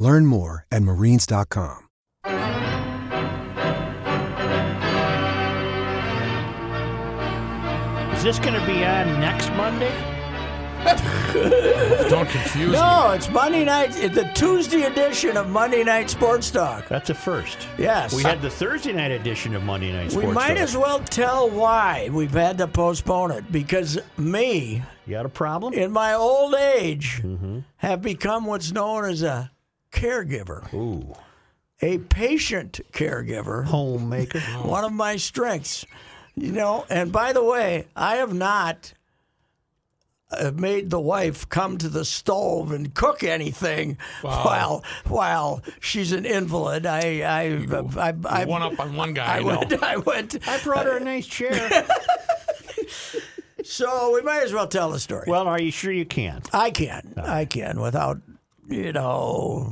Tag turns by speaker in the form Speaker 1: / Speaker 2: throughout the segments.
Speaker 1: Learn more at marines.com.
Speaker 2: Is this going to be on next Monday?
Speaker 3: Don't confuse
Speaker 4: No, it's Monday night. It's the Tuesday edition of Monday Night Sports Talk.
Speaker 2: That's a first.
Speaker 4: Yes.
Speaker 2: We had the Thursday night edition of Monday Night
Speaker 4: We
Speaker 2: Sports.
Speaker 4: might
Speaker 2: though.
Speaker 4: as well tell why we've had to postpone it because me,
Speaker 2: You got a problem?
Speaker 4: in my old age,
Speaker 2: Mm-hmm.
Speaker 4: have become what's known as a caregiver,
Speaker 2: Ooh.
Speaker 4: a patient caregiver.
Speaker 2: Homemaker.
Speaker 4: One of my strengths, you know. And by the way, I have not uh, made the wife come to the stove and cook anything while while she's an invalid. I I I, I,
Speaker 3: me. One up on one
Speaker 4: I
Speaker 3: guy. I know.
Speaker 4: went. I went.
Speaker 2: I brought her a nice chair.
Speaker 4: So we might as well tell the story.
Speaker 2: well, are you sure you can?
Speaker 4: I can. I can without, you know,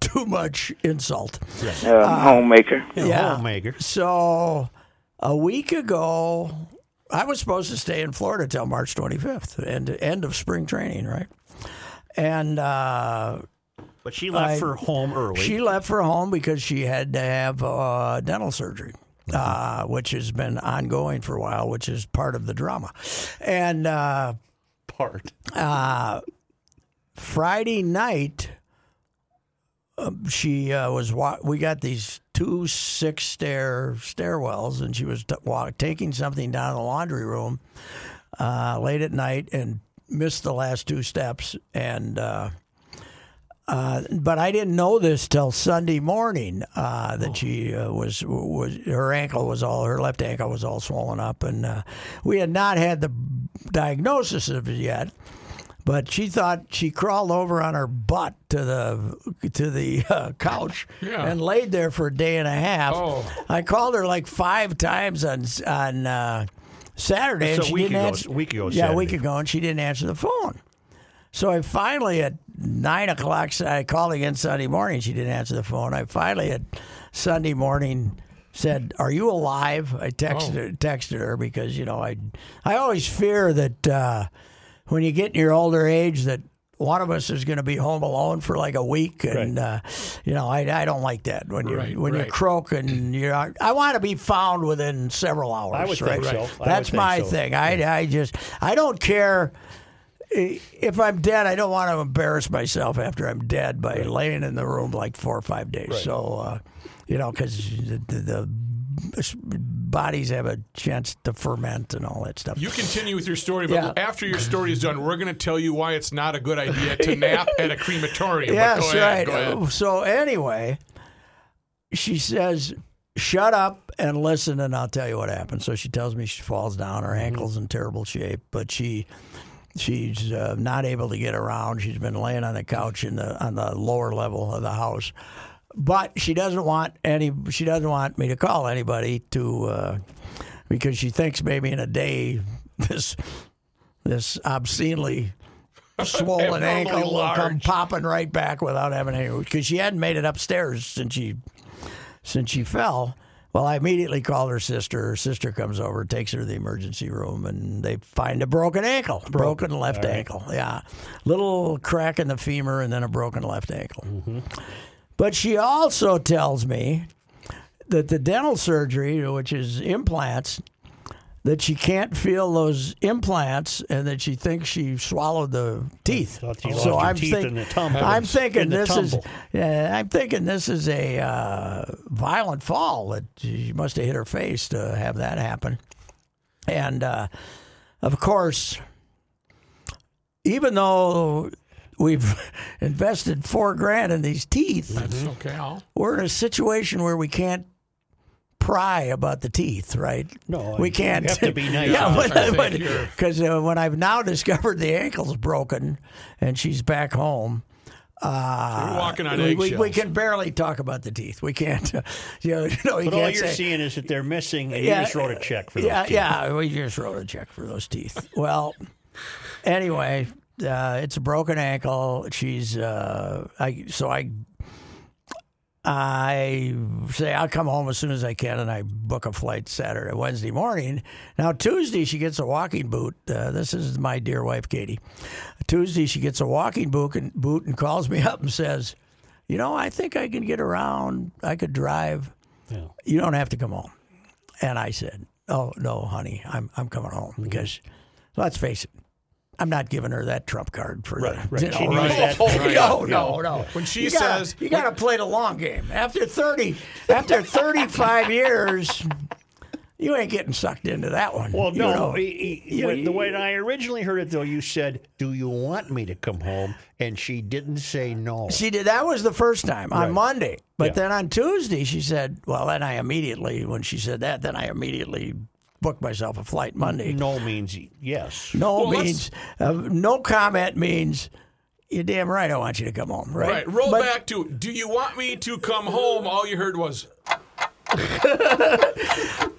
Speaker 4: too much insult.
Speaker 5: uh, homemaker.
Speaker 2: Homemaker.
Speaker 4: So a week ago, I was supposed to stay in Florida till March 25th, and end of spring training, right? And uh,
Speaker 2: But she left
Speaker 4: I-
Speaker 2: for home early.
Speaker 4: she left for home because she had to have uh, dental surgery, uh, which has been ongoing for a while, which is part of the drama. And uh,
Speaker 2: part.
Speaker 4: Friday night, um, she uh, was. Wa- we got these two six stair stairwells, and she was t- wa- taking something down in the laundry room uh, late at night and missed the last two steps. And uh, uh, but I didn't know this till Sunday morning uh,
Speaker 2: Oh.
Speaker 4: that she uh, was was her ankle was all her left ankle was all swollen up, and uh, we had not had the diagnosis of it yet but she thought she crawled over on her butt to the to the uh, couch
Speaker 3: Yeah.
Speaker 4: and laid there for a day and a half.
Speaker 3: Oh.
Speaker 4: I called her like five times on on uh, Saturday, and
Speaker 2: So a
Speaker 4: she
Speaker 2: week
Speaker 4: didn't
Speaker 2: ago-
Speaker 4: answer.
Speaker 2: a week ago
Speaker 4: yeah, a week
Speaker 2: Saturday.
Speaker 4: ago, and she didn't answer the phone. So I finally at nine o'clock, s- I called again Sunday morning. She didn't answer the phone. I finally at Sunday morning said, "Are you alive?" I texted
Speaker 2: Oh.
Speaker 4: her, texted her because you know I I always fear that uh, when you get in your older age that one of us is going to be home alone for like a week, and uh, you know I, I don't like that when you
Speaker 3: Right,
Speaker 4: when you
Speaker 3: right.
Speaker 4: croak and you're out- I want to be found within several hours.
Speaker 2: I would
Speaker 4: right?
Speaker 2: think so. I would
Speaker 4: That's
Speaker 2: think
Speaker 4: my
Speaker 2: so.
Speaker 4: thing. I I just I don't care if I'm dead, I don't want to embarrass myself after I'm dead by laying in the room like four or five days. So, uh, you know, because the, the, the bodies have a chance to ferment and all that stuff.
Speaker 3: You continue with your story, but
Speaker 4: Yeah.
Speaker 3: after your story is done, we're going to tell you why it's not a good idea to nap at a crematorium.
Speaker 4: yes,
Speaker 3: but go
Speaker 4: right.
Speaker 3: ahead, Go ahead.
Speaker 4: Uh, So anyway, she says, "Shut up and listen, and I'll tell you what happened." So she tells me she falls down,
Speaker 3: Mm-hmm.
Speaker 4: her ankle's in terrible shape, but she she's uh, not able to get around. She's been laying on the couch in the on the lower level of the house, but she doesn't want any. She doesn't want me to call anybody to uh, because she thinks maybe in a day this this obscenely swollen
Speaker 3: Abnormally
Speaker 4: ankle will come
Speaker 3: large.
Speaker 4: popping right back without having any because she hadn't made it upstairs since she since she fell. Well, I immediately called her sister. Her sister comes over, takes her to the emergency room, and they find a broken ankle, broken, left ankle. Yeah, little crack in the femur, and then a broken left ankle. But she also tells me that the dental surgery, which is implants, that she can't feel those implants and that she thinks she swallowed the teeth.
Speaker 5: Thought she lost her teeth in the tumble.
Speaker 4: I'm
Speaker 5: Heavens.
Speaker 4: thinking
Speaker 5: In the
Speaker 4: this is
Speaker 5: tumble.
Speaker 4: yeah, I'm thinking this is a uh, violent fall that she must have hit her face to have that happen. And uh, of course, even though we've invested four grand in these teeth,
Speaker 3: It's okay. I'll-
Speaker 4: we're in a situation where we can't pry about the teeth, right?
Speaker 5: No,
Speaker 4: we
Speaker 5: you
Speaker 4: can't.
Speaker 5: have to be nice
Speaker 4: yeah,
Speaker 5: about
Speaker 3: it. I
Speaker 4: but
Speaker 3: think you're-
Speaker 4: because uh, when I've now discovered the ankle's broken and she's back home. Uh,
Speaker 3: You're walking on
Speaker 4: we, we, we
Speaker 3: eggshells.
Speaker 4: can barely talk about the teeth. We can't, you know, you know, you
Speaker 5: But all
Speaker 4: can't
Speaker 5: you're
Speaker 4: say,
Speaker 5: seeing is that they're missing, and you just wrote a check for
Speaker 4: yeah,
Speaker 5: those teeth.
Speaker 4: Yeah, we just wrote a check for those teeth. well, anyway, uh, it's a broken ankle. She's uh, I so I I say I'll come home as soon as I can, and I book a flight Saturday, Wednesday morning. Now Tuesday she gets a walking boot. Uh, this is my dear wife Katie. Tuesday she gets a walking boot and boot and calls me up and says, "You know, I think I can get around. I could drive.
Speaker 5: Yeah.
Speaker 4: You don't have to come home." And I said, "Oh no, honey, I'm I'm coming home
Speaker 5: Mm-hmm.
Speaker 4: because let's face it, I'm not giving her that trump card for
Speaker 5: Right,
Speaker 4: the,
Speaker 5: right.
Speaker 4: you know,
Speaker 5: She needs
Speaker 3: that.
Speaker 4: No,
Speaker 3: Right.
Speaker 4: Oh, no,
Speaker 5: Yeah.
Speaker 4: no, no.
Speaker 3: When she
Speaker 4: You gotta-
Speaker 3: says-
Speaker 4: you got to play the long game. After thirty, after thirty-five years, you ain't getting sucked into that one.
Speaker 5: Well,
Speaker 4: You
Speaker 5: no.
Speaker 4: know.
Speaker 5: e- e-
Speaker 4: You-
Speaker 5: when- the way I originally heard it, though, you said, "Do you want me to come home?" And she didn't say no.
Speaker 4: She did. That was the first time on
Speaker 5: Right.
Speaker 4: Monday. But
Speaker 5: Yeah.
Speaker 4: then on Tuesday, she said, "Well, then I immediately." When she said that, then I immediately booked myself a flight Monday.
Speaker 5: no means yes.
Speaker 4: No
Speaker 3: Well,
Speaker 4: means uh, no comment means you're damn right. I want you to come home,
Speaker 3: All
Speaker 4: right?
Speaker 3: right, roll
Speaker 4: But-
Speaker 3: back to Do you want me to come home? All you heard was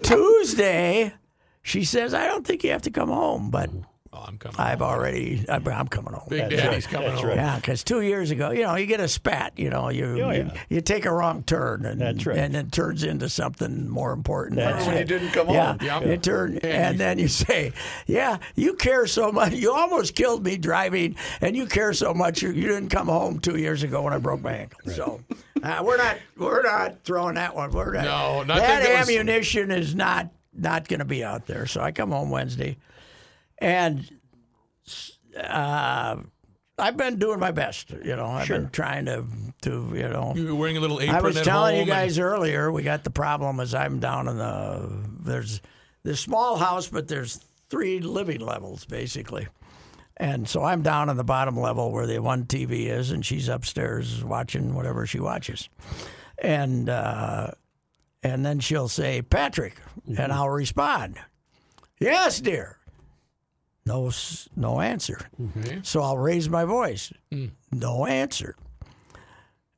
Speaker 4: Tuesday, she says, I don't think you have to come home, but
Speaker 3: oh, I'm coming.
Speaker 4: I've already, I'm, I'm coming home.
Speaker 3: Big Daddy's coming home.
Speaker 4: Yeah, because two years ago, you know, you get a spat, you know, you you, you take a wrong turn, and
Speaker 5: Oh, That's right.
Speaker 4: and it turns into something more important.
Speaker 5: Remember
Speaker 4: That's
Speaker 5: when
Speaker 4: it.
Speaker 5: you
Speaker 3: didn't come
Speaker 4: yeah,
Speaker 3: home? Yeah.
Speaker 4: it turned,
Speaker 3: Yeah,
Speaker 4: and
Speaker 3: you-
Speaker 4: then you say, "Yeah, you care so much. You almost killed me driving, and you care so much. You, you didn't come home two years ago when I broke my ankle." So. Uh, we're not, we're not throwing that one. We're not.
Speaker 3: No, nothing
Speaker 4: that
Speaker 3: that was-
Speaker 4: ammunition is not not going to be out there. So I come home Wednesday, and uh, I've been doing my best. You know, I've been trying to to you know.
Speaker 3: You were wearing a little apron
Speaker 4: I was
Speaker 3: at
Speaker 4: telling
Speaker 3: home
Speaker 4: you
Speaker 3: and-
Speaker 4: guys earlier, we got the problem is I'm down in the there's this small house, but there's three living levels basically. And so I'm down on the bottom level where the one TV is, and she's upstairs watching whatever she watches. And uh, and then she'll say, Patrick,
Speaker 3: Mm-hmm.
Speaker 4: and I'll respond, Yes, dear. No, s- no answer. So I'll raise my voice.
Speaker 5: Mm.
Speaker 4: No answer.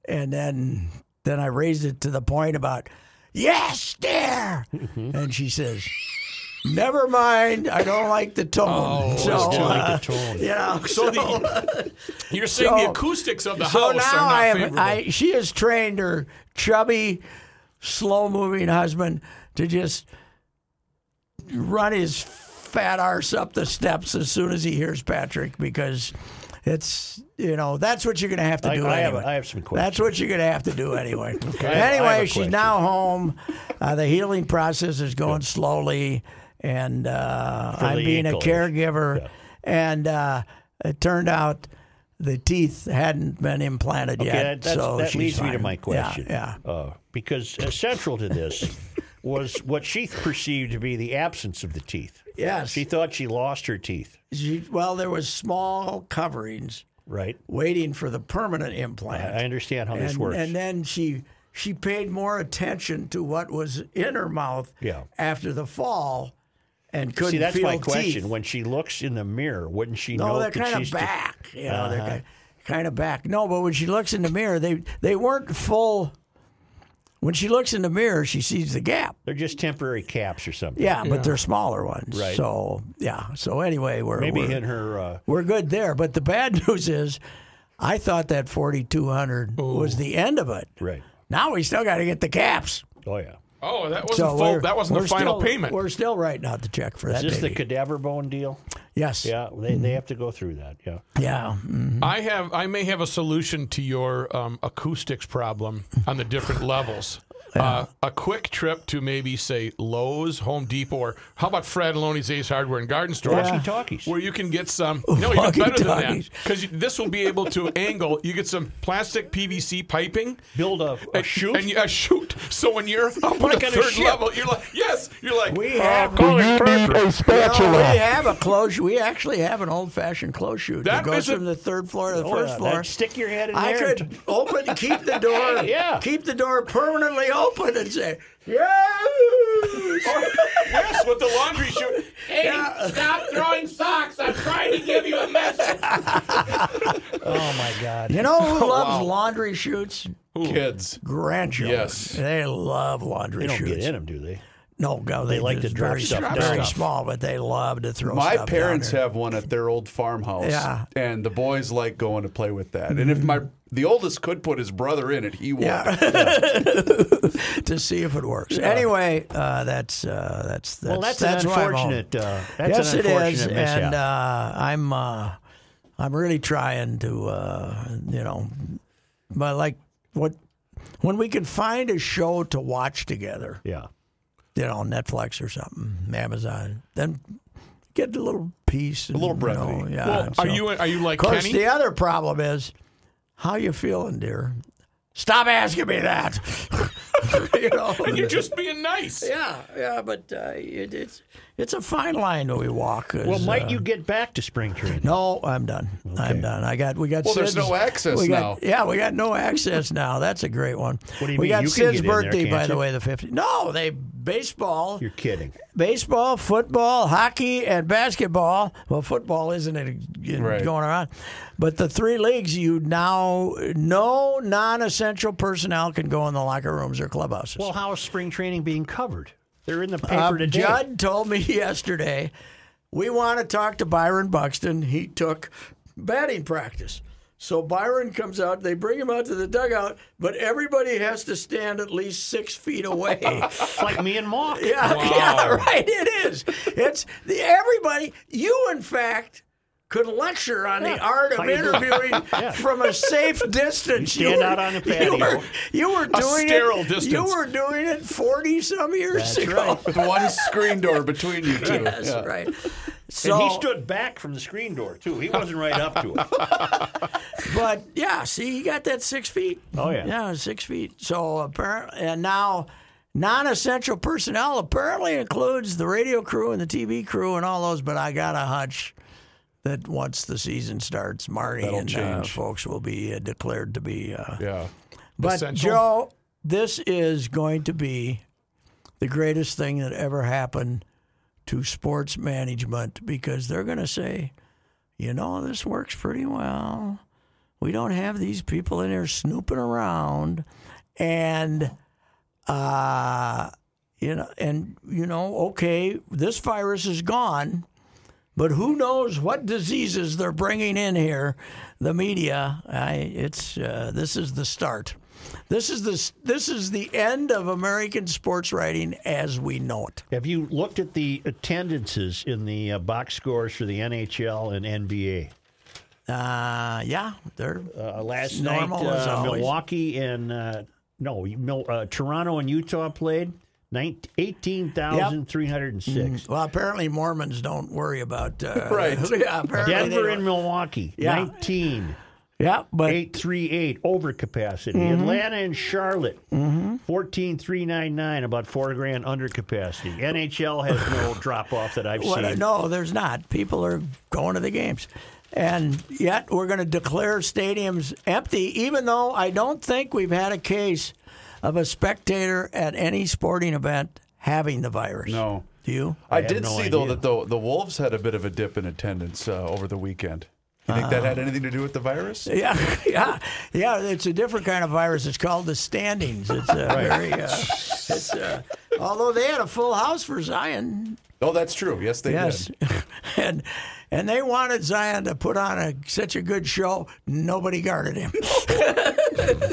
Speaker 4: And then then I raised it to the point about, yes, dear.
Speaker 5: Mm-hmm.
Speaker 4: And she says, never mind. I don't like the tone. so,
Speaker 5: Just don't
Speaker 4: uh,
Speaker 5: Oh, like the tone.
Speaker 4: you know,
Speaker 3: So
Speaker 4: so,
Speaker 3: the- You're saying the
Speaker 4: So-
Speaker 3: acoustics of the
Speaker 4: so
Speaker 3: house are
Speaker 4: now
Speaker 3: not
Speaker 4: I am.
Speaker 3: favorable.
Speaker 4: I, she has trained her chubby, slow-moving husband to just run his fat arse up the steps as soon as he hears Patrick because it's you know that's what you're going to have to
Speaker 5: I-
Speaker 4: do.
Speaker 5: I have-
Speaker 4: anyway.
Speaker 5: I have some
Speaker 4: That's what you're going to have to do anyway.
Speaker 5: I have- I have a
Speaker 4: Anyway, she's
Speaker 5: question.
Speaker 4: now home. Uh, the healing process is going slowly, and uh,
Speaker 5: For
Speaker 4: I'm
Speaker 5: the
Speaker 4: being
Speaker 5: ankle
Speaker 4: a
Speaker 5: issue.
Speaker 4: caregiver, and uh, it turned out the teeth hadn't been implanted
Speaker 5: Okay,
Speaker 4: yet.
Speaker 5: that, that's,
Speaker 4: so
Speaker 5: that
Speaker 4: she's
Speaker 5: leads me to
Speaker 4: fine.
Speaker 5: my
Speaker 4: Yeah,
Speaker 5: question.
Speaker 4: Yeah,
Speaker 5: Uh, because uh, central to this was what she perceived to be the absence of the teeth.
Speaker 4: Yes.
Speaker 5: She thought she lost her teeth.
Speaker 4: She- well, there was small coverings
Speaker 5: Right.
Speaker 4: waiting for the permanent implant.
Speaker 5: I understand how this
Speaker 4: and,
Speaker 5: works.
Speaker 4: and then she she paid more attention to what was in her mouth
Speaker 5: Yeah.
Speaker 4: after the fall, and couldn't
Speaker 5: See, that's
Speaker 4: feel
Speaker 5: my question.
Speaker 4: teeth.
Speaker 5: When she looks in the mirror, wouldn't she
Speaker 4: No,
Speaker 5: know
Speaker 4: they're
Speaker 5: that
Speaker 4: kind
Speaker 5: she's
Speaker 4: of back. You know, they're
Speaker 3: Uh-huh.
Speaker 4: kind, kind of back. No, but when she looks in the mirror, they they weren't full. When she looks in the mirror, she sees the gap.
Speaker 5: They're just temporary caps or something.
Speaker 4: Yeah, but they're smaller ones.
Speaker 5: Right.
Speaker 4: So yeah. So anyway, we're
Speaker 5: Maybe
Speaker 4: we're,
Speaker 5: in her. Uh,
Speaker 4: we're good there. But the bad news is, I thought that forty two hundred was the end of it.
Speaker 5: right.
Speaker 4: Now we still got to get the caps.
Speaker 5: Oh yeah.
Speaker 3: oh, that
Speaker 4: So
Speaker 3: wasn't full,
Speaker 4: we're-
Speaker 3: that wasn't
Speaker 4: we're
Speaker 3: the final
Speaker 4: still-
Speaker 3: payment.
Speaker 4: We're still writing out the check for
Speaker 5: Is
Speaker 4: that.
Speaker 5: this the
Speaker 4: baby.
Speaker 5: cadaver bone deal?
Speaker 4: yes. Yeah.
Speaker 5: Yeah, they, they have to go through that. Yeah.
Speaker 4: Mm.
Speaker 3: I have I may have a solution to your um, acoustics problem on the different levels. Uh, a quick trip to maybe say Lowe's, Home Depot, or how about Fred Loney's Ace Hardware and Garden Store?
Speaker 5: Walkie talkies.
Speaker 3: Where you can get some. No, even better than that.
Speaker 4: Walkie-talkies.
Speaker 3: Because this will be able to angle. You get some plastic PVC piping.
Speaker 5: Build a, a
Speaker 3: and-
Speaker 5: shoot.
Speaker 3: And you, a chute. So when you're up
Speaker 5: Like
Speaker 3: on
Speaker 5: on a
Speaker 3: the third
Speaker 5: ship.
Speaker 3: level, you're like, yes, you're like,
Speaker 4: We
Speaker 3: "Uh,
Speaker 4: have-
Speaker 3: calling Parker."
Speaker 4: No, we have a close. We actually have an old-fashioned close chute that,
Speaker 3: That
Speaker 4: goes
Speaker 3: isn't-
Speaker 4: from the third floor to the
Speaker 5: Oh,
Speaker 4: first
Speaker 5: yeah,
Speaker 4: floor.
Speaker 5: that- stick your head in
Speaker 4: I
Speaker 5: there.
Speaker 4: could open, keep the door,
Speaker 5: Yeah.
Speaker 4: keep the door permanently open, and say,
Speaker 3: yes, with the laundry chute. Hey, stop throwing socks. I'm trying to give you a message.
Speaker 5: oh my God.
Speaker 4: "You know who loves laundry chutes?
Speaker 3: Kids.
Speaker 4: Grandchildren.
Speaker 3: Yes.
Speaker 4: they love laundry
Speaker 5: They don't
Speaker 4: chutes.
Speaker 5: get in them, do they?
Speaker 4: No, go. They,
Speaker 5: like to
Speaker 4: just
Speaker 5: drop
Speaker 4: very,
Speaker 5: stuff
Speaker 4: small-
Speaker 5: down.
Speaker 4: Very small, but they love to throw.
Speaker 6: My
Speaker 4: stuff down
Speaker 6: parents
Speaker 4: there.
Speaker 6: have one at their old farmhouse,
Speaker 4: Yeah. Mm-hmm.
Speaker 6: and the boys like going to play with that. And if my the oldest could put his brother in it, he would.
Speaker 4: to see if it works. Anyway, uh, that's, uh, that's that's
Speaker 5: Well, that's,
Speaker 4: that's
Speaker 5: an
Speaker 4: why I'm home.
Speaker 5: unfortunate. Uh, that's
Speaker 4: yes,
Speaker 5: an
Speaker 4: it
Speaker 5: unfortunate
Speaker 4: is,
Speaker 5: mishap.
Speaker 4: and uh, I'm uh, I'm really trying to uh, you know, but like what when we can find a show to watch together,
Speaker 5: yeah.
Speaker 4: you know, Netflix or something, Amazon, then get a little peace, and,
Speaker 6: little brevity.
Speaker 4: You know, yeah.
Speaker 3: Well,
Speaker 4: Uh, so-
Speaker 3: are you are you like
Speaker 4: Of course,
Speaker 3: Kenny?
Speaker 4: the other problem is how you feeling, dear. Stop asking me that. you know.
Speaker 3: and you're just being nice.
Speaker 4: Yeah, yeah, but uh, it, it's it's a fine line that we walk. 'cause,
Speaker 5: Well, might
Speaker 4: uh,
Speaker 5: you get back to spring training?
Speaker 4: No, I'm done. I'm done. I got we got.
Speaker 6: Well, there's
Speaker 4: Sid's-
Speaker 6: no access
Speaker 4: we got-
Speaker 6: now.
Speaker 4: Yeah, we got no access now. That's a great one.
Speaker 5: What do you
Speaker 4: we
Speaker 5: mean?
Speaker 4: got
Speaker 5: You can
Speaker 4: Sid's
Speaker 5: get in there,
Speaker 4: birthday, by
Speaker 5: can't
Speaker 4: the
Speaker 5: you?
Speaker 4: way, the 15th. No, they baseball,
Speaker 5: You're kidding.
Speaker 4: baseball, football, hockey, and basketball. Well, football isn't it uh,
Speaker 6: Right.
Speaker 4: going around, but the three leagues you now no non-essential personnel can go in the locker rooms or clubhouses.
Speaker 5: Well, how is spring training being covered? They're in the paper
Speaker 4: Uh,
Speaker 5: today.
Speaker 4: Judd told me yesterday, we want to talk to Byron Buxton. He took batting practice. So Byron comes out, they bring him out to the dugout, but everybody has to stand at least six feet away.
Speaker 5: It's like me and Mock.
Speaker 4: yeah, yeah, right, it is. It's the, everybody, you in fact could lecture on the
Speaker 5: Yeah,
Speaker 4: art of
Speaker 5: how you do it.
Speaker 4: interviewing
Speaker 5: Yeah.
Speaker 4: from a safe distance.
Speaker 5: You stand out on the
Speaker 4: You were,
Speaker 5: patio.
Speaker 4: you were doing
Speaker 3: sterile
Speaker 4: it. You
Speaker 3: distance.
Speaker 4: were doing it forty some years ago.
Speaker 6: With one screen door between you two.
Speaker 4: Yes,
Speaker 6: Yeah.
Speaker 4: right. So,
Speaker 5: And he stood back from the screen door too. He wasn't right up to it.
Speaker 4: but yeah, see, he got that six feet.
Speaker 5: Oh, yeah.
Speaker 4: yeah, six feet. So apparently, and now non-essential personnel apparently includes the radio crew and the TV crew and all those. But I got a hunch that once the season starts, Marty and uh, folks will be uh, declared to be. Uh,
Speaker 3: Yeah.
Speaker 4: but
Speaker 3: Essential.
Speaker 4: Joe, this is going to be the greatest thing that ever happened to sports management because they're going to say, you know, this works pretty well. We don't have these people in here snooping around, and uh, you know, and you know, okay, this virus is gone. But who knows what diseases they're bringing in here? The media. I, it's uh, this is the start. This is the this is the end of American sports writing as we know it.
Speaker 5: Have you looked at the attendances in the uh, box scores for the NHL and NBA?
Speaker 4: Uh, yeah, they're
Speaker 5: Uh, last
Speaker 4: Normal
Speaker 5: night,
Speaker 4: as
Speaker 5: uh,
Speaker 4: always.
Speaker 5: Milwaukee and uh, no, you- Mil- uh, Toronto and Utah played. Nin- 18,306.
Speaker 4: well. Apparently, Mormons don't worry about uh,
Speaker 6: Right.
Speaker 4: Yeah, apparently they
Speaker 5: Denver
Speaker 4: don't.
Speaker 5: and Milwaukee,
Speaker 4: Yeah.
Speaker 5: 19.
Speaker 4: yeah, but
Speaker 5: 838 overcapacity.
Speaker 4: Mm-hmm.
Speaker 5: Atlanta and Charlotte, 14399, about four grand undercapacity. NHL has no drop off that I've
Speaker 4: What-
Speaker 5: seen.
Speaker 4: no, there's not. People are going to the games. And yet we're going to declare stadiums empty, even though I don't think we've had a case of a spectator at any sporting event having the virus.
Speaker 6: No.
Speaker 4: Do you?
Speaker 6: I,
Speaker 5: have
Speaker 6: did
Speaker 5: no
Speaker 6: see though
Speaker 5: idea.
Speaker 6: that the the Wolves had a bit of a dip in attendance uh, over the weekend. You think
Speaker 4: Uh.
Speaker 6: that had anything to do with the virus?
Speaker 4: Yeah, yeah, yeah. It's a different kind of virus. It's called the standings. It's uh, very. Uh, it's, uh, although they had a full house for Zion,
Speaker 6: Oh, that's true. Yes, they
Speaker 4: Yes,
Speaker 6: did.
Speaker 4: and and they wanted Zion to put on a, such a good show. Nobody guarded him.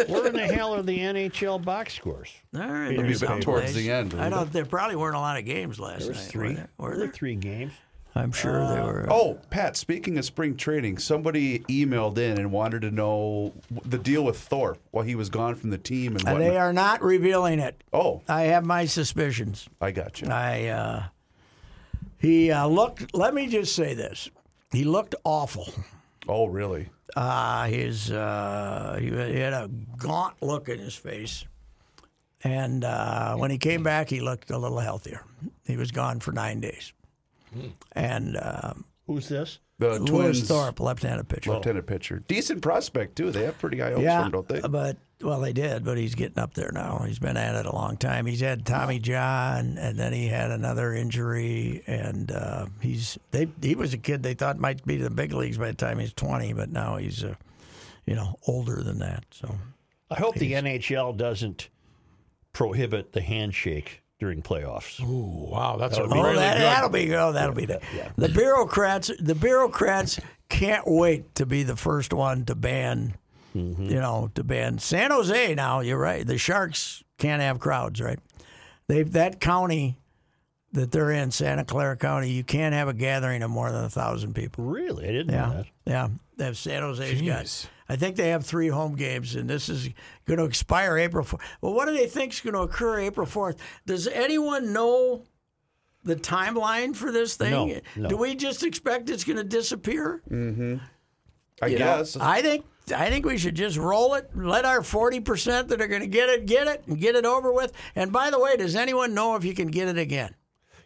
Speaker 5: Where in the hell are the NHL box scores?
Speaker 4: There it
Speaker 6: Maybe
Speaker 4: is
Speaker 6: a bit towards
Speaker 4: someplace.
Speaker 6: the end.
Speaker 4: I don't. There probably weren't a lot of games last
Speaker 5: There was
Speaker 4: night.
Speaker 5: three.
Speaker 4: Were there? Were there?
Speaker 5: three games.
Speaker 4: I'm sure they were.
Speaker 6: Oh, Pat, speaking of spring training, somebody emailed in and wanted to know the deal with Thorpe while he was gone from the team. And
Speaker 4: Uh,
Speaker 6: what,
Speaker 4: they are not revealing it.
Speaker 6: Oh,
Speaker 4: I have my suspicions.
Speaker 6: I got you.
Speaker 4: I uh, he uh, looked. Let me just say this: he looked awful.
Speaker 6: Oh, really?
Speaker 4: Uh, his uh, he wa- he had a gaunt look in his face, and uh, when he came back, he looked a little healthier. He was gone for nine days, and uh,
Speaker 5: Who's this?
Speaker 6: Hmm. The
Speaker 4: Lewis
Speaker 6: Twins
Speaker 4: Thorpe, left-handed pitcher.
Speaker 6: left-handed pitcher, decent prospect too. They have pretty high hopes for
Speaker 4: Yeah, Uh,
Speaker 6: him, don't they?
Speaker 4: but well, they did. But he's getting up there now. He's been at it a long time. He's had Tommy John, and then he had another injury, and uh, he's they he was a kid they thought might be to the big leagues by the time he's twenty, but now he's uh, you know older than that. So
Speaker 5: I hope the NHL doesn't prohibit the handshake during playoffs.
Speaker 3: Ooh, wow, that's a
Speaker 4: oh,
Speaker 3: really
Speaker 4: that,
Speaker 3: good.
Speaker 4: that'll be oh, that'll be that. The bureaucrats, the bureaucrats can't wait to be the first one to ban. You know, to ban San Jose. Now you're right. The Sharks can't have crowds, right? They that county that they're in, Santa Clara County, you can't have a gathering of more than a thousand people.
Speaker 5: Really, I didn't know
Speaker 4: Yeah,
Speaker 5: that.
Speaker 4: yeah. They have San Jose's
Speaker 3: Jeez.
Speaker 4: got. I think they have three home games, and this is going to expire April 4th. Well, what do they think is going to occur April 4th? Does anyone know the timeline for this thing?
Speaker 5: No, no.
Speaker 4: Do we just expect it's going to disappear?
Speaker 6: I
Speaker 4: You know,
Speaker 6: guess.
Speaker 4: I think I think we should just roll it. Let our forty percent that are going to get it get it and get it over with. And by the way, does anyone know if you can get it again?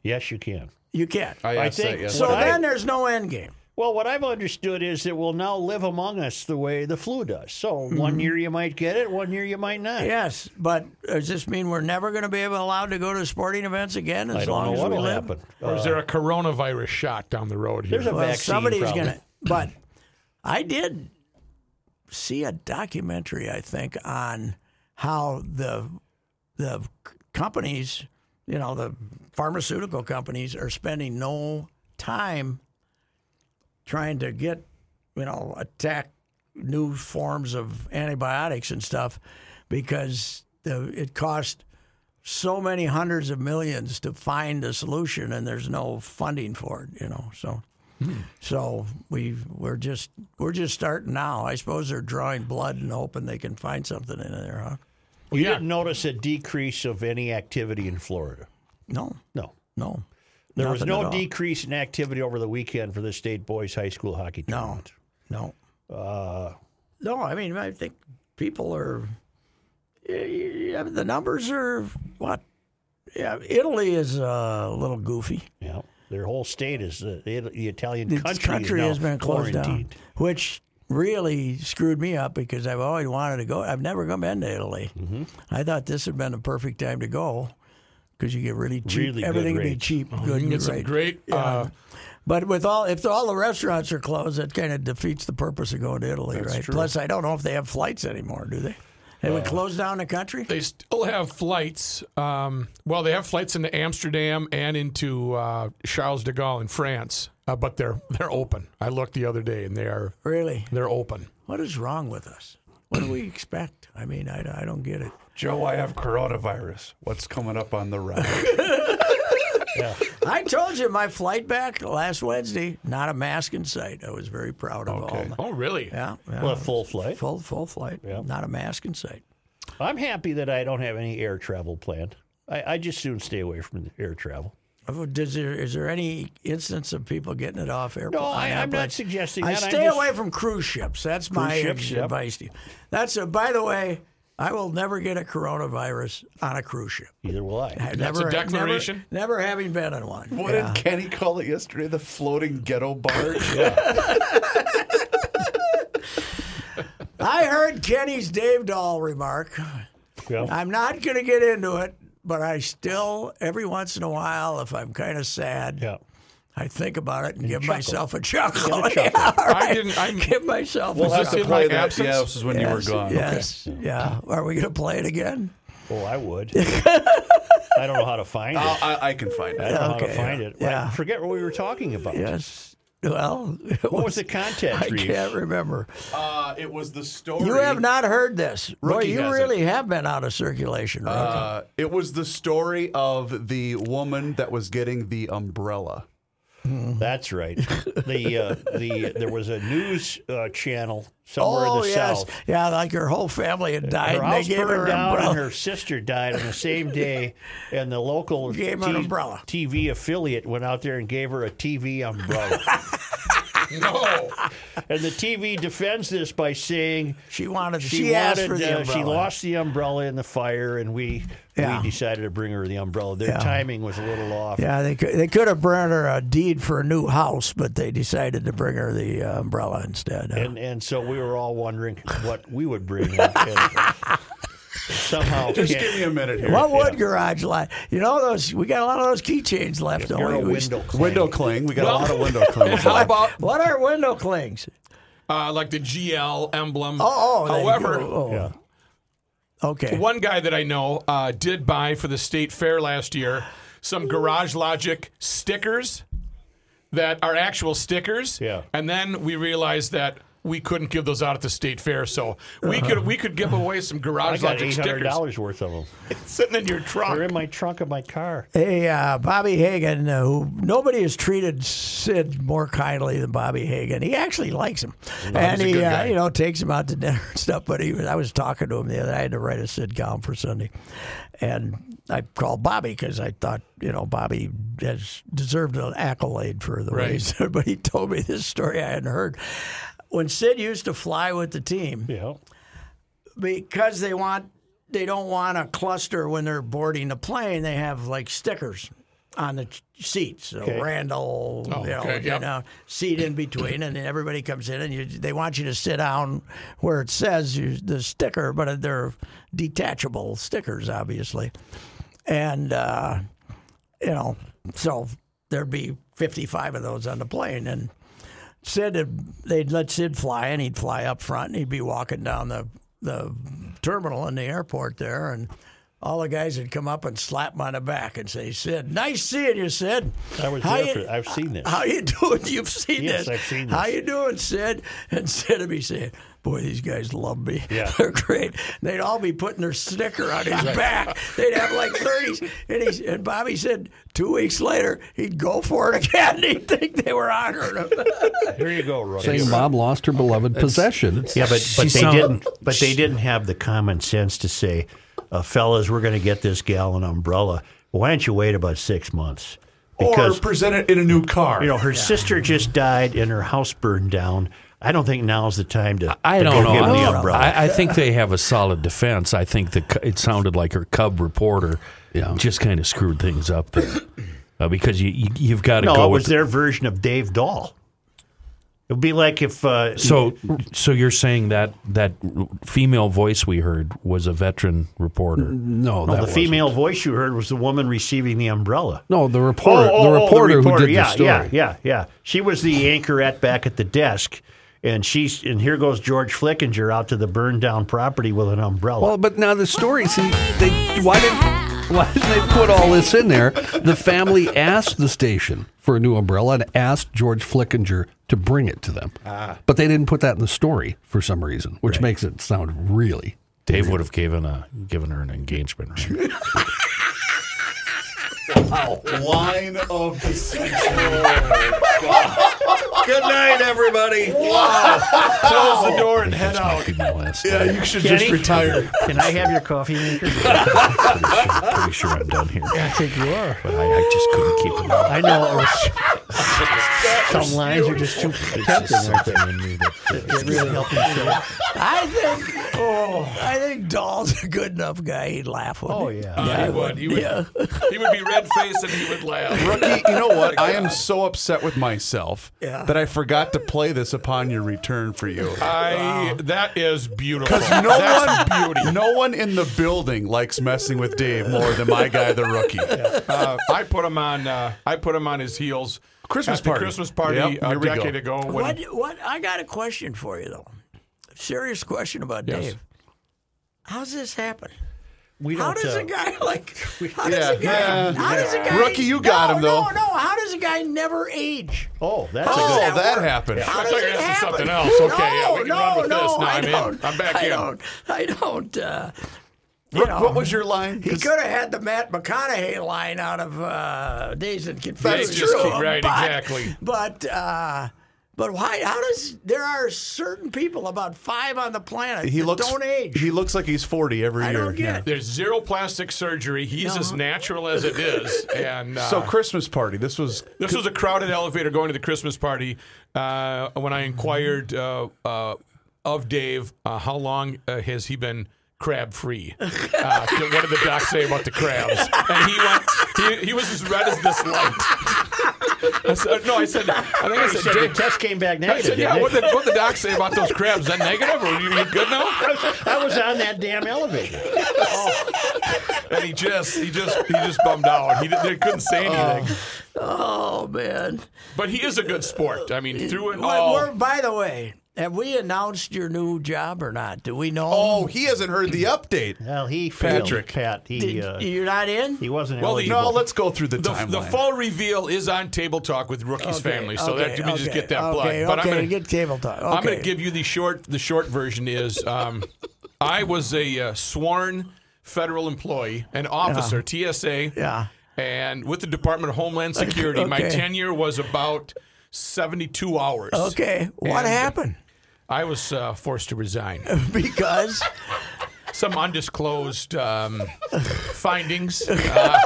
Speaker 5: Yes, you can.
Speaker 4: You can't.
Speaker 6: I, asked
Speaker 5: think
Speaker 6: that
Speaker 4: so
Speaker 6: yesterday.
Speaker 5: I-
Speaker 4: then there's no end game.
Speaker 5: Well, what I've understood is it will now live among us the way the flu does. So one
Speaker 4: Mm-hmm.
Speaker 5: year you might get it, one year you might not.
Speaker 4: Yes, but does this mean we're never going to be able allowed to go to sporting events again as
Speaker 5: I don't
Speaker 4: long
Speaker 5: know
Speaker 4: as
Speaker 5: what
Speaker 4: we
Speaker 5: will
Speaker 4: live?
Speaker 5: happen.
Speaker 3: Or
Speaker 4: uh,
Speaker 3: is there a coronavirus shot down the road here?
Speaker 5: There's a
Speaker 4: Well,
Speaker 5: vaccine
Speaker 4: somebody's
Speaker 5: probably.
Speaker 4: going to. But I did see a documentary, I think, on how the the c- companies, you know, the pharmaceutical companies are spending no time trying to get, you know, attack new forms of antibiotics and stuff because the, it costs so many hundreds of millions to find a solution and there's no funding for it, you know. So so we we're just we're just starting now. I suppose they're drawing blood and hoping they can find something in there, huh?
Speaker 5: You
Speaker 3: Yeah.
Speaker 5: didn't notice a decrease of any activity in Florida.
Speaker 4: No.
Speaker 5: No.
Speaker 4: No.
Speaker 5: There was
Speaker 4: Nothing at
Speaker 5: no
Speaker 4: all.
Speaker 5: decrease in activity over the weekend for the state boys high school hockey
Speaker 4: No.
Speaker 5: tournament.
Speaker 4: No.
Speaker 5: Uh,
Speaker 4: No, I mean I think people are yeah, yeah, the numbers are what? Yeah, Italy is uh, a little goofy.
Speaker 5: yeah. Their whole state is uh, the, the Italian
Speaker 4: The
Speaker 5: country,
Speaker 4: country,
Speaker 5: is now
Speaker 4: has been closed down,
Speaker 5: quarantined.
Speaker 4: which really screwed me up because I've always wanted to go. I've never gone been to Italy.
Speaker 5: Mm-hmm.
Speaker 4: I thought this had been the perfect time to go because you get really cheap.
Speaker 5: Really good
Speaker 4: everything would be
Speaker 5: rates. Oh,
Speaker 4: cheap,
Speaker 3: You
Speaker 4: good
Speaker 3: can get some
Speaker 4: rate.
Speaker 3: great. Uh,
Speaker 4: But with all, if all the restaurants are closed, that kind of defeats the purpose of going to Italy, right? Plus, I don't know if they have flights anymore. Do they? Have
Speaker 5: Uh,
Speaker 4: we closed down the country?
Speaker 3: they still have flights. Um, well, they have flights into Amsterdam and into uh, Charles de Gaulle in France, uh, but they're they're open. I looked the other day, and they are
Speaker 4: Really?
Speaker 3: they're open.
Speaker 4: What is wrong with us? What do we expect? I mean, I, I don't get it.
Speaker 6: Joe, I have coronavirus. What's coming up on the route?
Speaker 4: I told you my flight back last Wednesday, not a mask in sight. I was very proud of all. My,
Speaker 3: Oh, really?
Speaker 4: yeah, yeah.
Speaker 5: Well, a full flight.
Speaker 4: full full flight, not a mask in sight.
Speaker 5: I'm happy that I don't have any air travel planned. I, I just soon stay away from the air travel.
Speaker 4: Oh, Does there, is there any instance of people getting it off airplane?
Speaker 5: No, I- I'm not
Speaker 4: airplanes?
Speaker 5: suggesting
Speaker 4: I
Speaker 5: that. I'm
Speaker 4: stay
Speaker 5: just-
Speaker 4: away from cruise ships. That's my
Speaker 5: ships, yep.
Speaker 4: advice to you. That's a. By the way, I will never get a coronavirus on a cruise ship.
Speaker 5: Either will I.
Speaker 4: I
Speaker 3: That's a
Speaker 4: never, never-
Speaker 3: declaration.
Speaker 4: Never, having been on one.
Speaker 6: What
Speaker 4: Yeah.
Speaker 6: did Kenny call it yesterday? The floating ghetto barge?
Speaker 4: I heard Kenny's Dave Doll remark.
Speaker 5: Yeah.
Speaker 4: I'm not going to get into it, but I still, every once in a while, if I'm kind of sad,
Speaker 5: Yeah.
Speaker 4: I think about it and, give myself a chuckle.
Speaker 5: chuckle.
Speaker 4: Yeah, all
Speaker 3: I
Speaker 4: right.
Speaker 3: didn't- I'm-
Speaker 4: give myself
Speaker 3: We'll
Speaker 4: a
Speaker 3: have
Speaker 4: chuckle.
Speaker 3: to in my absence?
Speaker 6: Yeah, this is when you were
Speaker 4: Yes,
Speaker 6: gone.
Speaker 4: Yes. Yeah. Are we going to play it again?
Speaker 5: Oh, I would. I don't know how to find it.
Speaker 6: I'll- I, I can find
Speaker 5: I don't
Speaker 6: it.
Speaker 5: know how
Speaker 4: Oh, okay,
Speaker 5: to find it.
Speaker 4: yeah.
Speaker 5: I forget what we were talking about.
Speaker 4: Yes. Well, it
Speaker 5: What was the context?
Speaker 4: I
Speaker 5: Reeves?
Speaker 4: can't remember.
Speaker 6: Uh, it was the story.
Speaker 4: You have not heard this. Roy,
Speaker 6: Rookie
Speaker 4: you
Speaker 6: has it.
Speaker 4: really have been out of circulation, Roy.
Speaker 6: Uh, it was the story of the woman that was getting the umbrella.
Speaker 5: That's right. The uh, the there was a news uh, channel somewhere
Speaker 4: oh
Speaker 5: in the
Speaker 4: yes,
Speaker 5: south.
Speaker 4: yeah, like her whole family had died.
Speaker 5: Her
Speaker 4: and they
Speaker 5: house
Speaker 4: gave
Speaker 5: burned
Speaker 4: her an
Speaker 5: down,
Speaker 4: umbrella.
Speaker 5: and her sister died on the same day. And the local
Speaker 4: Gave her an umbrella.
Speaker 5: TV affiliate went out there and gave her a TV umbrella.
Speaker 3: No.
Speaker 5: and the TV defends this by saying
Speaker 4: She wanted. She,
Speaker 5: she,
Speaker 4: asked
Speaker 5: wanted,
Speaker 4: for the
Speaker 5: uh,
Speaker 4: umbrella.
Speaker 5: she lost the umbrella in the fire, and we
Speaker 4: Yeah.
Speaker 5: we decided to bring her the umbrella. Their
Speaker 4: Yeah.
Speaker 5: timing was a little off.
Speaker 4: Yeah, they could, they could have brought her a deed for a new house, but they decided to bring her the uh, umbrella instead. Uh,
Speaker 5: And and so we were all wondering what we would bring. up. And somehow
Speaker 6: Just
Speaker 5: can't-
Speaker 6: give me a minute here.
Speaker 4: what would garage light? You know those. We got a lot of those keychains left. don't
Speaker 5: You're a
Speaker 4: we? We-
Speaker 5: window cleaner.
Speaker 6: Window cling. We got a lot of window
Speaker 3: And
Speaker 6: clings.
Speaker 3: how about
Speaker 4: What are window clings?
Speaker 3: uh, like the GL emblem?
Speaker 4: Oh, oh they-
Speaker 3: however,
Speaker 4: oh,
Speaker 5: Yeah.
Speaker 4: oh, okay.
Speaker 3: One guy that I know uh, did buy for the state fair last year some Garage Logic stickers that are actual stickers.
Speaker 5: Yeah.
Speaker 3: And then we realized that we couldn't give those out at the state fair, so we could we could give away some
Speaker 5: I
Speaker 3: Garage
Speaker 5: got
Speaker 3: Logic
Speaker 5: eight hundred
Speaker 3: stickers
Speaker 5: dollars worth of them.
Speaker 3: sitting in your truck.
Speaker 5: They're in my trunk of my car.
Speaker 4: Hey, uh, Bobby Hagan, uh, who nobody has treated Sid more kindly than Bobby Hagan. He actually likes him, and
Speaker 3: a
Speaker 4: he,
Speaker 3: good
Speaker 4: uh,
Speaker 3: guy.
Speaker 4: you know, takes him out to dinner and stuff. But he, was, I was talking to him the other. I had to write a Sid column for Sunday, and I called Bobby because I thought, you know, Bobby has deserved an accolade for the way he
Speaker 3: Right.
Speaker 4: said. But he told me this story I hadn't heard. When Sid used to fly with the team,
Speaker 5: Yeah.
Speaker 4: because they want they don't want a cluster when they're boarding the plane. They have like stickers on the ch- seats. So Randall,
Speaker 3: Oh,
Speaker 4: you, know,
Speaker 3: okay,
Speaker 4: you
Speaker 3: yep.
Speaker 4: know, seat in between, and then everybody comes in, and you, they want you to sit down where it says you, the sticker, but they're detachable stickers, obviously, and uh, you know, so there'd be fifty-five of those on the plane, and. Sid, had- they'd let Sid fly, and he'd fly up front, and he'd be walking down the the terminal in the airport there, and all the guys would come up and slap him on the back and say, "Sid, nice seeing you, Sid.
Speaker 5: I was
Speaker 4: How
Speaker 5: there
Speaker 4: you-
Speaker 5: for- I've seen this.
Speaker 4: How you doing? You've seen
Speaker 5: Yes,
Speaker 4: this.
Speaker 5: I've seen
Speaker 4: How
Speaker 5: this.
Speaker 4: you doing, Sid?" And Sid would be saying, "Boy, these guys love me.
Speaker 5: Yeah.
Speaker 4: They're great." They'd all be putting their sticker on his back. They'd have like thirties, and he and Bobby said two weeks later he'd go for it again. He'd think they were honoring him.
Speaker 5: Here you go, Roy.
Speaker 7: Saying Bob lost her beloved possession. It's-
Speaker 5: Yeah, but
Speaker 7: she
Speaker 5: but they
Speaker 7: sound-
Speaker 5: didn't. But they didn't have the common sense to say, uh, "Fellas, we're going to get this gal an umbrella. Why don't you wait about six months?"
Speaker 6: Or present it in a new car.
Speaker 5: You know, her sister just died and her house burned down. I don't think now's the time to.
Speaker 7: I
Speaker 5: to
Speaker 7: don't
Speaker 5: go
Speaker 7: know.
Speaker 5: Give
Speaker 7: I,
Speaker 5: the umbrella.
Speaker 7: I, I think they have a solid defense. I think the cu- it sounded like her cub reporter just kind of screwed things up there uh, because you, you you've got to
Speaker 5: no,
Speaker 7: go
Speaker 5: it was
Speaker 7: with
Speaker 5: their version of Dave Dahl. It would be like if uh,
Speaker 7: So, so you're saying that that female voice we heard was a veteran reporter?
Speaker 3: Mm-hmm.
Speaker 5: no, oh, the female voice you heard was the woman receiving the umbrella.
Speaker 7: No, the reporter,
Speaker 5: Oh, oh, oh,
Speaker 7: the reporter, who did
Speaker 5: yeah,
Speaker 7: the story.
Speaker 5: Yeah, yeah, yeah. She was the anchorette back at the desk, and she's and here goes George Flickinger out to the burned down property with an umbrella.
Speaker 7: Well, but now the story. See, they why did why did they put all this in there? The family asked the station for a new umbrella and asked George Flickinger to bring it to them.
Speaker 5: Ah.
Speaker 7: But they didn't put that in the story for some reason, which makes it sound really.
Speaker 8: Dave would have given a given her an engagement ring.
Speaker 6: Line of the century. Good night, everybody.
Speaker 3: Close the door and head out.
Speaker 8: Give me the last
Speaker 6: Yeah,
Speaker 8: name.
Speaker 6: you should
Speaker 5: Kenny?
Speaker 6: just retire.
Speaker 5: Can I have your coffee maker?
Speaker 8: I'm pretty sure I'm done here.
Speaker 5: I think you are.
Speaker 8: But I, I just couldn't keep it. up.
Speaker 5: I know. It was, some lines are just too
Speaker 8: It's just
Speaker 5: protective.
Speaker 8: something in me that-
Speaker 5: Really helping show.
Speaker 4: I think I think Dahl's a good enough guy. He'd laugh with
Speaker 5: Oh
Speaker 4: me.
Speaker 5: yeah.
Speaker 3: Uh, he would. He would, he would be red faced and he would laugh.
Speaker 6: Rookie, you know what? I am so upset with myself
Speaker 4: Yeah. Uh,
Speaker 6: that I forgot to play this upon your return for you.
Speaker 3: I, that is beautiful.
Speaker 6: Because no one, no one in the building likes messing with Dave more than my guy, the rookie.
Speaker 3: uh, I put him on. Uh, I put him on his heels.
Speaker 6: Christmas
Speaker 3: at the
Speaker 6: party.
Speaker 3: Christmas party
Speaker 6: Yep,
Speaker 3: a
Speaker 6: here we go.
Speaker 3: decade ago. When,
Speaker 4: What what I got a question for you though. Serious question about
Speaker 3: Yes.
Speaker 4: Dave. How's this happen?
Speaker 5: We
Speaker 4: How does
Speaker 5: uh,
Speaker 4: a guy like how does
Speaker 6: Yeah,
Speaker 4: a guy
Speaker 6: yeah,
Speaker 4: how does a
Speaker 6: yeah.
Speaker 4: guy
Speaker 6: Rookie, you got
Speaker 4: no,
Speaker 6: him, though.
Speaker 4: No, no, how does a guy never age?
Speaker 5: Oh, that's
Speaker 4: How
Speaker 5: a
Speaker 4: does
Speaker 6: Oh,
Speaker 5: good.
Speaker 6: that
Speaker 4: work?
Speaker 6: happened.
Speaker 4: How
Speaker 3: I
Speaker 4: does
Speaker 3: thought
Speaker 4: it
Speaker 3: you were asking
Speaker 4: happen?
Speaker 3: something else. Okay, yeah,
Speaker 4: no,
Speaker 3: we can
Speaker 4: no,
Speaker 3: run with
Speaker 4: no,
Speaker 3: this. No,
Speaker 4: I
Speaker 3: I'm in.
Speaker 4: don't.
Speaker 3: I'm back
Speaker 4: I
Speaker 3: in.
Speaker 4: Don't, I don't. Uh, you
Speaker 6: What-
Speaker 4: know.
Speaker 6: what was your line?
Speaker 4: He
Speaker 6: 'Cause-
Speaker 4: could have had the Matt McConaughey line out of uh, Days and Confused.
Speaker 3: That's just
Speaker 4: true,
Speaker 3: right,
Speaker 4: but-
Speaker 3: exactly.
Speaker 4: But uh, but why? How does there are certain people about five on the planet
Speaker 6: He
Speaker 4: that
Speaker 6: looks
Speaker 4: don't age?
Speaker 6: He looks like he's forty every
Speaker 4: I
Speaker 6: year.
Speaker 4: don't get it.
Speaker 3: There's zero plastic surgery. He's as natural as it is. And uh,
Speaker 6: So Christmas party. This was
Speaker 3: This was a crowded elevator going to the Christmas party. Uh, when I inquired uh, uh, of Dave, uh, how long uh, has he been crab free? Uh, what did the doc say about the crabs? And he went, he, he was as red as this light. I said, uh, no, I said, I think I said,
Speaker 5: The
Speaker 3: Dave.
Speaker 5: test came back
Speaker 3: I
Speaker 5: negative.
Speaker 3: said, yeah,
Speaker 5: didn't
Speaker 3: what
Speaker 5: it?
Speaker 3: did, what did the doc say about those crabs? Is that negative or you, you good now?
Speaker 5: I was on that damn elevator.
Speaker 3: And he just, he just, he just bummed out. He did, they couldn't say
Speaker 4: Uh.
Speaker 3: anything.
Speaker 4: Oh man!
Speaker 3: But he is a good sport. I mean, through it
Speaker 4: Wait, we're-
Speaker 3: all.
Speaker 4: by the way, have we announced your new job or not? Do we know?
Speaker 6: Oh, he hasn't heard the update.
Speaker 5: Well, he failed.
Speaker 6: Patrick.
Speaker 5: Pat, he
Speaker 4: Did-
Speaker 5: uh,
Speaker 4: you're not in.
Speaker 5: he wasn't
Speaker 3: Well, the-
Speaker 5: eligible.
Speaker 6: No, let's go through the,
Speaker 3: The,
Speaker 6: timeline.
Speaker 3: the full reveal is on Table Talk with Rookie's
Speaker 4: Okay,
Speaker 3: family, so
Speaker 4: okay,
Speaker 3: that we just
Speaker 4: okay,
Speaker 3: get that plug.
Speaker 4: okay,
Speaker 3: but
Speaker 4: okay,
Speaker 3: I'm gonna
Speaker 4: get table talk.
Speaker 3: I'm going
Speaker 4: Okay.
Speaker 3: to give you the short. The short version is um, I was a uh, sworn federal employee, an officer, TSA,
Speaker 4: Yeah.
Speaker 3: and with the Department of Homeland Security. My
Speaker 4: okay.
Speaker 3: tenure was about 72 hours.
Speaker 4: Okay, what
Speaker 3: And-
Speaker 4: happened?
Speaker 3: I was uh, forced to resign.
Speaker 4: Because
Speaker 3: Some undisclosed um, findings. Uh,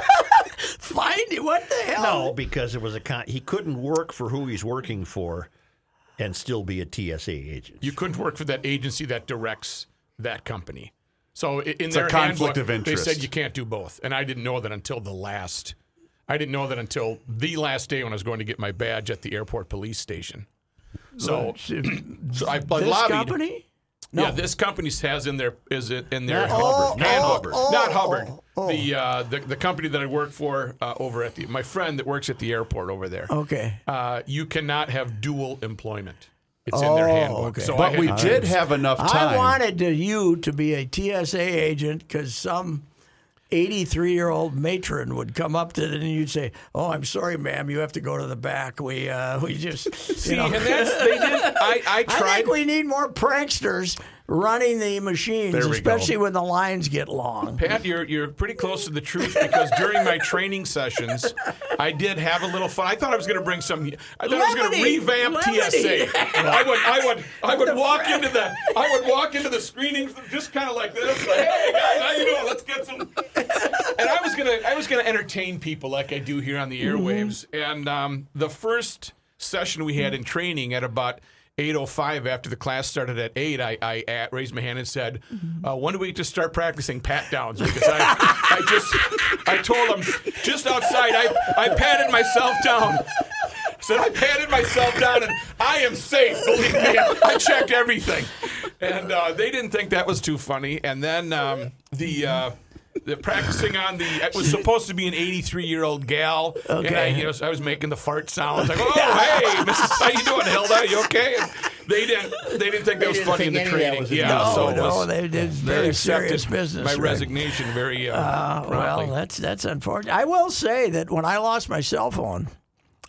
Speaker 4: find what the hell?
Speaker 5: No, because it was a con- he couldn't work for who he's working for, and still be a TSA agent.
Speaker 3: you couldn't work for that agency that directs that company. So i- in
Speaker 6: a
Speaker 3: their
Speaker 6: conflict
Speaker 3: handbook,
Speaker 6: of interest.
Speaker 3: they said you can't do both, and I didn't know that until the last. I didn't know that until the last day when I was going to get my badge at the airport police station. So, so I, I
Speaker 4: Uh, this
Speaker 3: lobbied.
Speaker 4: company.
Speaker 3: Yeah, this company has in their is it in their
Speaker 5: Not Hubbard.
Speaker 3: not
Speaker 5: Oh,
Speaker 3: Hubbard,
Speaker 4: oh,
Speaker 3: not Hubbard.
Speaker 4: oh, oh.
Speaker 3: The, uh, the the company that I work for uh, over at the my friend that works at the airport over
Speaker 4: Oh,
Speaker 3: there.
Speaker 4: Okay.
Speaker 3: Uh, you cannot have dual employment. It's in their
Speaker 4: Oh,
Speaker 3: handbook.
Speaker 4: okay.
Speaker 3: So I
Speaker 6: but
Speaker 3: had
Speaker 6: we
Speaker 3: to
Speaker 6: did
Speaker 3: choose.
Speaker 6: have enough time.
Speaker 4: I wanted to, you to be a TSA agent because some 83 year old matron would come up to it and you'd say, Oh, I'm sorry, ma'am. You have to go to the back. We uh, we just. you
Speaker 3: See,
Speaker 4: know."
Speaker 3: and that's they did. I, I
Speaker 4: I
Speaker 3: tried.
Speaker 4: think we need more pranksters running the machines,
Speaker 6: There we go.
Speaker 4: especially when the lines get long.
Speaker 3: Pat, you're you're pretty close to the truth because during my training sessions, I did have a little fun. I thought I was going to bring some. I thought I was going to
Speaker 4: Levity!
Speaker 3: revamp
Speaker 4: Levity!
Speaker 3: TSA. I would I would I would walk into the I would walk into the screening just kind of like this. Like, hey guys, how you doing? Let's get some. And I was gonna I was gonna entertain people like I do here on the airwaves. And um, the first session we had in training at about. 8.05 after the class started at 8 i, I at, raised my hand and said uh, when do we just start practicing pat downs because I, I just i told them just outside i, I patted myself down said I patted myself down and I am safe. Believe me, I checked everything, and uh, they didn't think that was too funny. And then um, the. Uh, the practicing on the it was supposed to be an 83 year old gal, and I,
Speaker 4: Okay.
Speaker 3: you know, so I was making the fart sounds like, "Oh, hey, Mrs. How you doing, Hilda? You okay?" And they didn't they didn't think that was
Speaker 5: didn't
Speaker 3: funny
Speaker 5: think
Speaker 3: in the
Speaker 5: any of that
Speaker 3: training.
Speaker 5: was a
Speaker 3: yeah,
Speaker 5: joke.
Speaker 3: so
Speaker 4: No,
Speaker 3: it
Speaker 4: Oh, no,
Speaker 3: was,
Speaker 4: they did
Speaker 3: they
Speaker 4: very
Speaker 3: accepted
Speaker 4: serious business.
Speaker 3: my
Speaker 4: right?
Speaker 3: resignation very uh,
Speaker 4: Well,
Speaker 3: promptly.
Speaker 4: that's that's unfortunate. I will say that when I lost my cell phone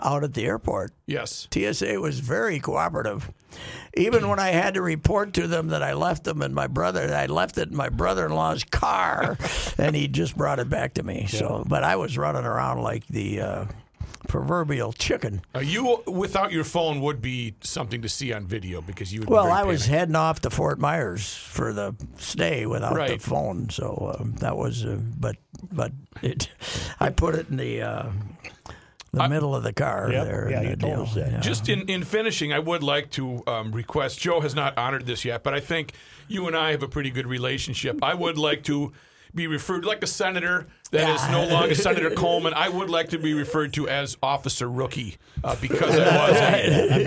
Speaker 4: out at the airport,
Speaker 3: yes,
Speaker 4: TSA was very cooperative. Even when I had to report to them that I left them in my brother, I left it in my brother-in-law's car, and he just brought it back to me. So, but I was running around like the uh, proverbial chicken.
Speaker 3: Uh, you without your phone would be something to see on video because you. Would be
Speaker 4: Well,
Speaker 3: very
Speaker 4: I was
Speaker 3: panicked.
Speaker 4: heading off to Fort Myers for the stay without the
Speaker 3: Right.
Speaker 4: phone, so um, that was. Uh, but but it, I put it in the uh, the middle of the car there.
Speaker 5: yeah,
Speaker 4: in
Speaker 5: you
Speaker 4: the
Speaker 5: told us that.
Speaker 4: yeah.
Speaker 3: Just in, in finishing, I would like to um, request Joe has not honored this yet, but I think you and I have a pretty good relationship. I would like to be referred like a senator that is no longer Senator Coleman. I would like to be referred to as Officer Rookie uh, because I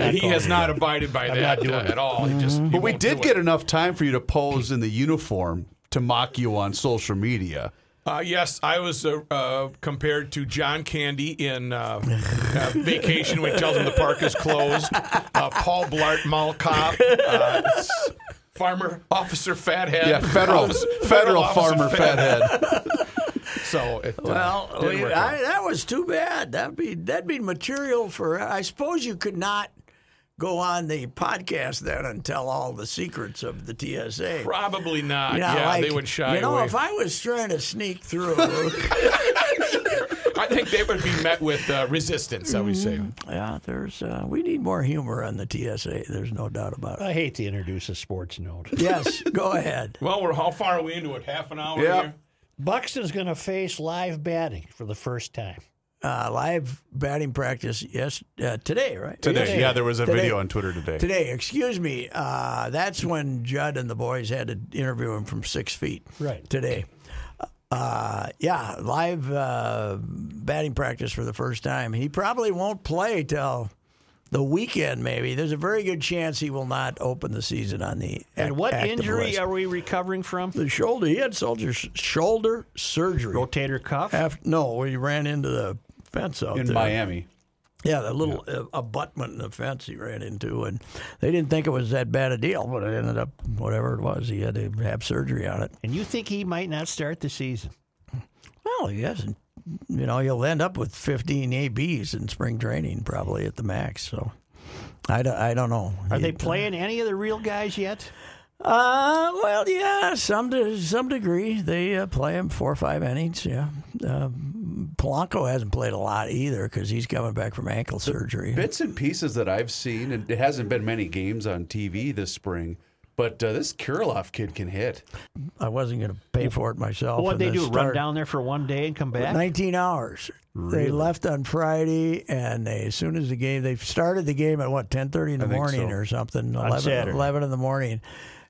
Speaker 3: was. he has not abided by that uh, at all. He just,
Speaker 6: but we did get enough time for you to pose in the uniform to mock you on social media.
Speaker 3: Uh, yes, I was uh, uh, compared to John Candy in uh, uh, Vacation when he tells him the park is closed. Uh, Paul Blart, Mall Cop, uh, s- Farmer Officer Fathead.
Speaker 6: Yeah, federal
Speaker 3: Officer-
Speaker 6: federal
Speaker 3: Officer
Speaker 6: farmer fathead.
Speaker 3: So it, uh,
Speaker 4: Well,
Speaker 3: didn't
Speaker 4: we,
Speaker 3: work out.
Speaker 4: I, that was too bad. That'd be that'd be material for. I suppose you could not go on the podcast then and tell all the secrets of the TSA.
Speaker 3: Probably not.
Speaker 4: You know,
Speaker 3: yeah,
Speaker 4: like,
Speaker 3: they would shy
Speaker 4: You know,
Speaker 3: away.
Speaker 4: if I was trying to sneak through,
Speaker 3: I think they would be met with uh, resistance. I would say.
Speaker 4: Mm-hmm. yeah, there's uh, we need more humor on the TSA. There's no doubt about it.
Speaker 5: I hate to introduce a sports note.
Speaker 4: Yes, go ahead.
Speaker 3: Well, we're how far are we into it? Half an hour
Speaker 6: Yeah.
Speaker 3: here.
Speaker 5: Buxton's going to face live batting for the first time.
Speaker 4: Uh, live batting practice. Yes, uh, today, right?
Speaker 6: Today, yeah, there was a
Speaker 4: Today.
Speaker 6: video on Twitter today.
Speaker 4: Today, excuse me. Uh, that's when Judd and the boys had to interview him from six feet.
Speaker 5: Right.
Speaker 4: Today. Uh, yeah, live uh, batting practice for the first time. He probably won't play till the weekend, maybe. There's a very good chance he will not open the season on the
Speaker 5: And what
Speaker 4: active
Speaker 5: injury
Speaker 4: list.
Speaker 5: are we recovering from?
Speaker 4: the shoulder? He had soldier shoulder surgery.
Speaker 5: Rotator cuff.
Speaker 4: After, no, we ran into the fence out
Speaker 6: in
Speaker 4: there.
Speaker 6: Miami.
Speaker 4: Yeah, the little uh abutment in the fence he ran into, and they didn't think it was that bad a deal, but it ended up whatever it was. He had to have surgery on it.
Speaker 5: And you think he might not start the season?
Speaker 4: Well, he hasn't. You know, he'll end up with 15 ABs in spring training probably at the max. So I, don't- I don't know.
Speaker 5: Are
Speaker 4: He-
Speaker 5: they playing any of the real guys yet?
Speaker 4: Uh, well, yeah, some to some degree they uh, play him four or five innings. Yeah, uh, Polanco hasn't played a lot either because he's coming back from ankle surgery.
Speaker 6: Bits and pieces that I've seen, and it hasn't been many games on TV this spring, but uh, this Kirilov kid can hit.
Speaker 4: I wasn't going to pay for it myself.
Speaker 5: What
Speaker 4: and
Speaker 5: they
Speaker 4: then
Speaker 5: do? Run
Speaker 4: start-
Speaker 5: down there for one day and come back?
Speaker 4: 19 hours. They left on Friday, and they, as soon as the game, they started the game at what 10:30 in the morning
Speaker 6: so.
Speaker 4: or something, 11,
Speaker 5: Saturday.
Speaker 4: 11 in the morning,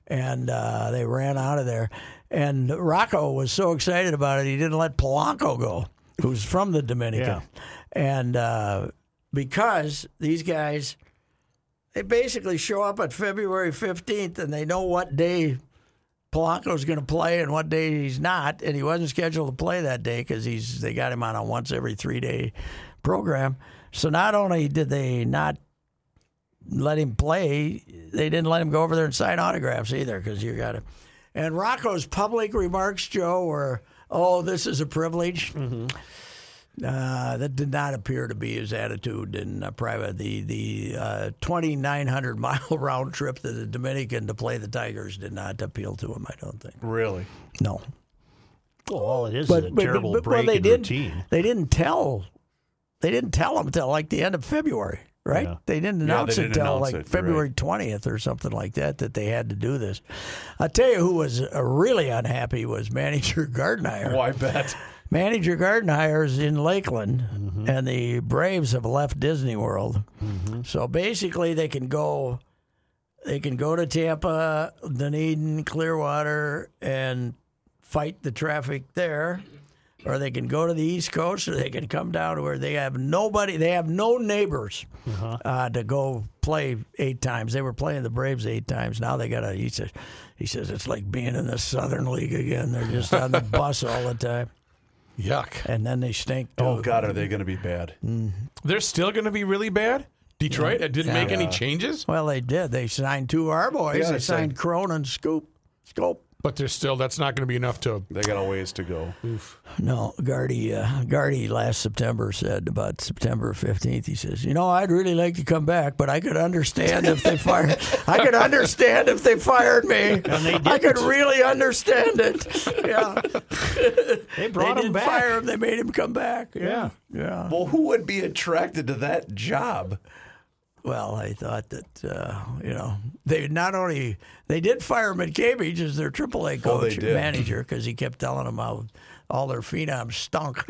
Speaker 4: and uh, they ran out of there. And Rocco was so excited about it, he didn't let Polanco go, who's from the Dominican, and uh, because these guys, they basically show up at February 15th, and they know what day Polanco's going to play and what day he's not, and he wasn't scheduled to play that day because he's they got him on a once every three day program. So not only did they not let him play, they didn't let him go over there and sign autographs either because you got him. And Rocco's public remarks, Joe, were, "Oh, this is a privilege."
Speaker 5: Mm-hmm.
Speaker 4: Uh, that did not appear to be his attitude in uh, private. The the uh, 2,900 mile round trip to the Dominican to play the Tigers did not appeal to him. I don't think.
Speaker 6: Really?
Speaker 4: No,
Speaker 5: Well, all it is
Speaker 4: but,
Speaker 5: is a
Speaker 4: but-
Speaker 5: terrible
Speaker 4: but- but- well,
Speaker 5: break
Speaker 4: they
Speaker 5: in
Speaker 4: did,
Speaker 5: routine.
Speaker 4: They didn't tell. They didn't tell him till like the end of February, right? They didn't announce
Speaker 6: didn't
Speaker 4: it till
Speaker 6: announce
Speaker 4: like
Speaker 6: it, right.
Speaker 4: February twentieth or something like that that they had to do this. I tell you who was uh, really unhappy was manager Gardenhire.
Speaker 6: Oh, I bet. Mm-hmm.
Speaker 4: Manager Gardenhire is in Lakeland, and the Braves have left Disney World. So basically, they can go, they can go to Tampa, Dunedin, Clearwater, and fight the traffic there, or they can go to the East Coast, or they can come down to where they have nobody, they have no neighbors
Speaker 6: Uh-huh.
Speaker 4: uh to go play eight times. They were playing the Braves eight times. Now they got to. He says, he says it's like being in the Southern League again. They're just on the bus all the time.
Speaker 3: Yuck.
Speaker 4: And then they stink. Too.
Speaker 6: Oh, God, are they going to be bad?
Speaker 3: They're still going to be really bad. Detroit. It didn't make any changes,
Speaker 4: Well, they did. They signed two of our boys.
Speaker 6: Yeah,
Speaker 4: they
Speaker 6: they
Speaker 4: signed
Speaker 6: signed-
Speaker 4: Cronin, Scoop, Scope.
Speaker 3: but they're still. That's not going to be enough to.
Speaker 6: They got a ways to go.
Speaker 4: No, Gardy. Uh, Gardy last September said about September fifteenth. He says, "You know, I'd really like to come back, but I could understand if they fired. I could understand if they fired me. I could really understand it. Yeah,
Speaker 5: They
Speaker 4: they
Speaker 5: brought him
Speaker 4: didn't
Speaker 5: back.
Speaker 4: fire him. They made him come back. Yeah, yeah.
Speaker 6: Well, who would be attracted to that job?
Speaker 4: Well, I thought that uh, you know they not only they did fire McCabe as their AAA
Speaker 6: Oh, they
Speaker 4: coach and
Speaker 6: did.
Speaker 4: manager because he kept telling them how all their phenoms stunk.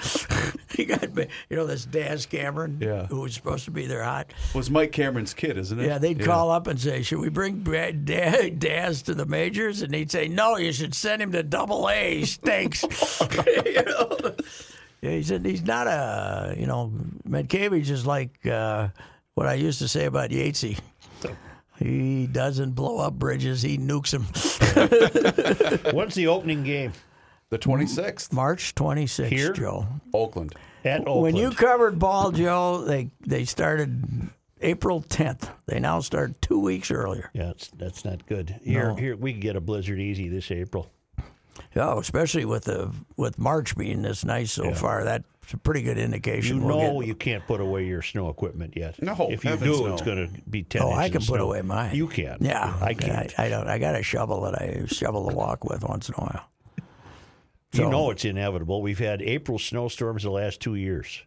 Speaker 4: he got ba- you know this Daz Cameron,
Speaker 6: Yeah.
Speaker 4: who was supposed to be their hot.
Speaker 6: Was Mike Cameron's kid, isn't it?
Speaker 4: Yeah, they'd call up and say, "Should we bring Bra- Da- Daz to the majors?" And he'd say, "No, you should send him to Double A. He stinks." you know? Yeah, he said he's not a you know Medkevich is like uh, what I used to say about Yatesy. He doesn't blow up bridges; he nukes them.
Speaker 5: When's the opening game
Speaker 6: The 26th,
Speaker 4: March 26th,
Speaker 5: Here?
Speaker 4: Joe.
Speaker 6: Oakland.
Speaker 5: at Oakland?
Speaker 4: When you covered ball, Joe, they they started April 10th. They now start two weeks earlier.
Speaker 5: yeah, it's, that's not good. Here, here we can get a blizzard easy this April.
Speaker 4: Oh, especially with the with March being this nice so far, that's a pretty good indication.
Speaker 5: You
Speaker 4: we'll get-
Speaker 5: know you can't put away your snow equipment yet.
Speaker 6: No,
Speaker 5: if you
Speaker 6: heavens
Speaker 5: do,
Speaker 6: no.
Speaker 5: it's going to be ten.
Speaker 4: Oh, I
Speaker 5: inches
Speaker 4: can
Speaker 5: of
Speaker 4: put
Speaker 5: snow.
Speaker 4: away mine.
Speaker 5: You can.
Speaker 4: Yeah,
Speaker 5: I can't.
Speaker 4: I, I don't. I got a shovel that I shovel the walk with once in a while.
Speaker 5: you know it's inevitable. We've had April snowstorms the last two years.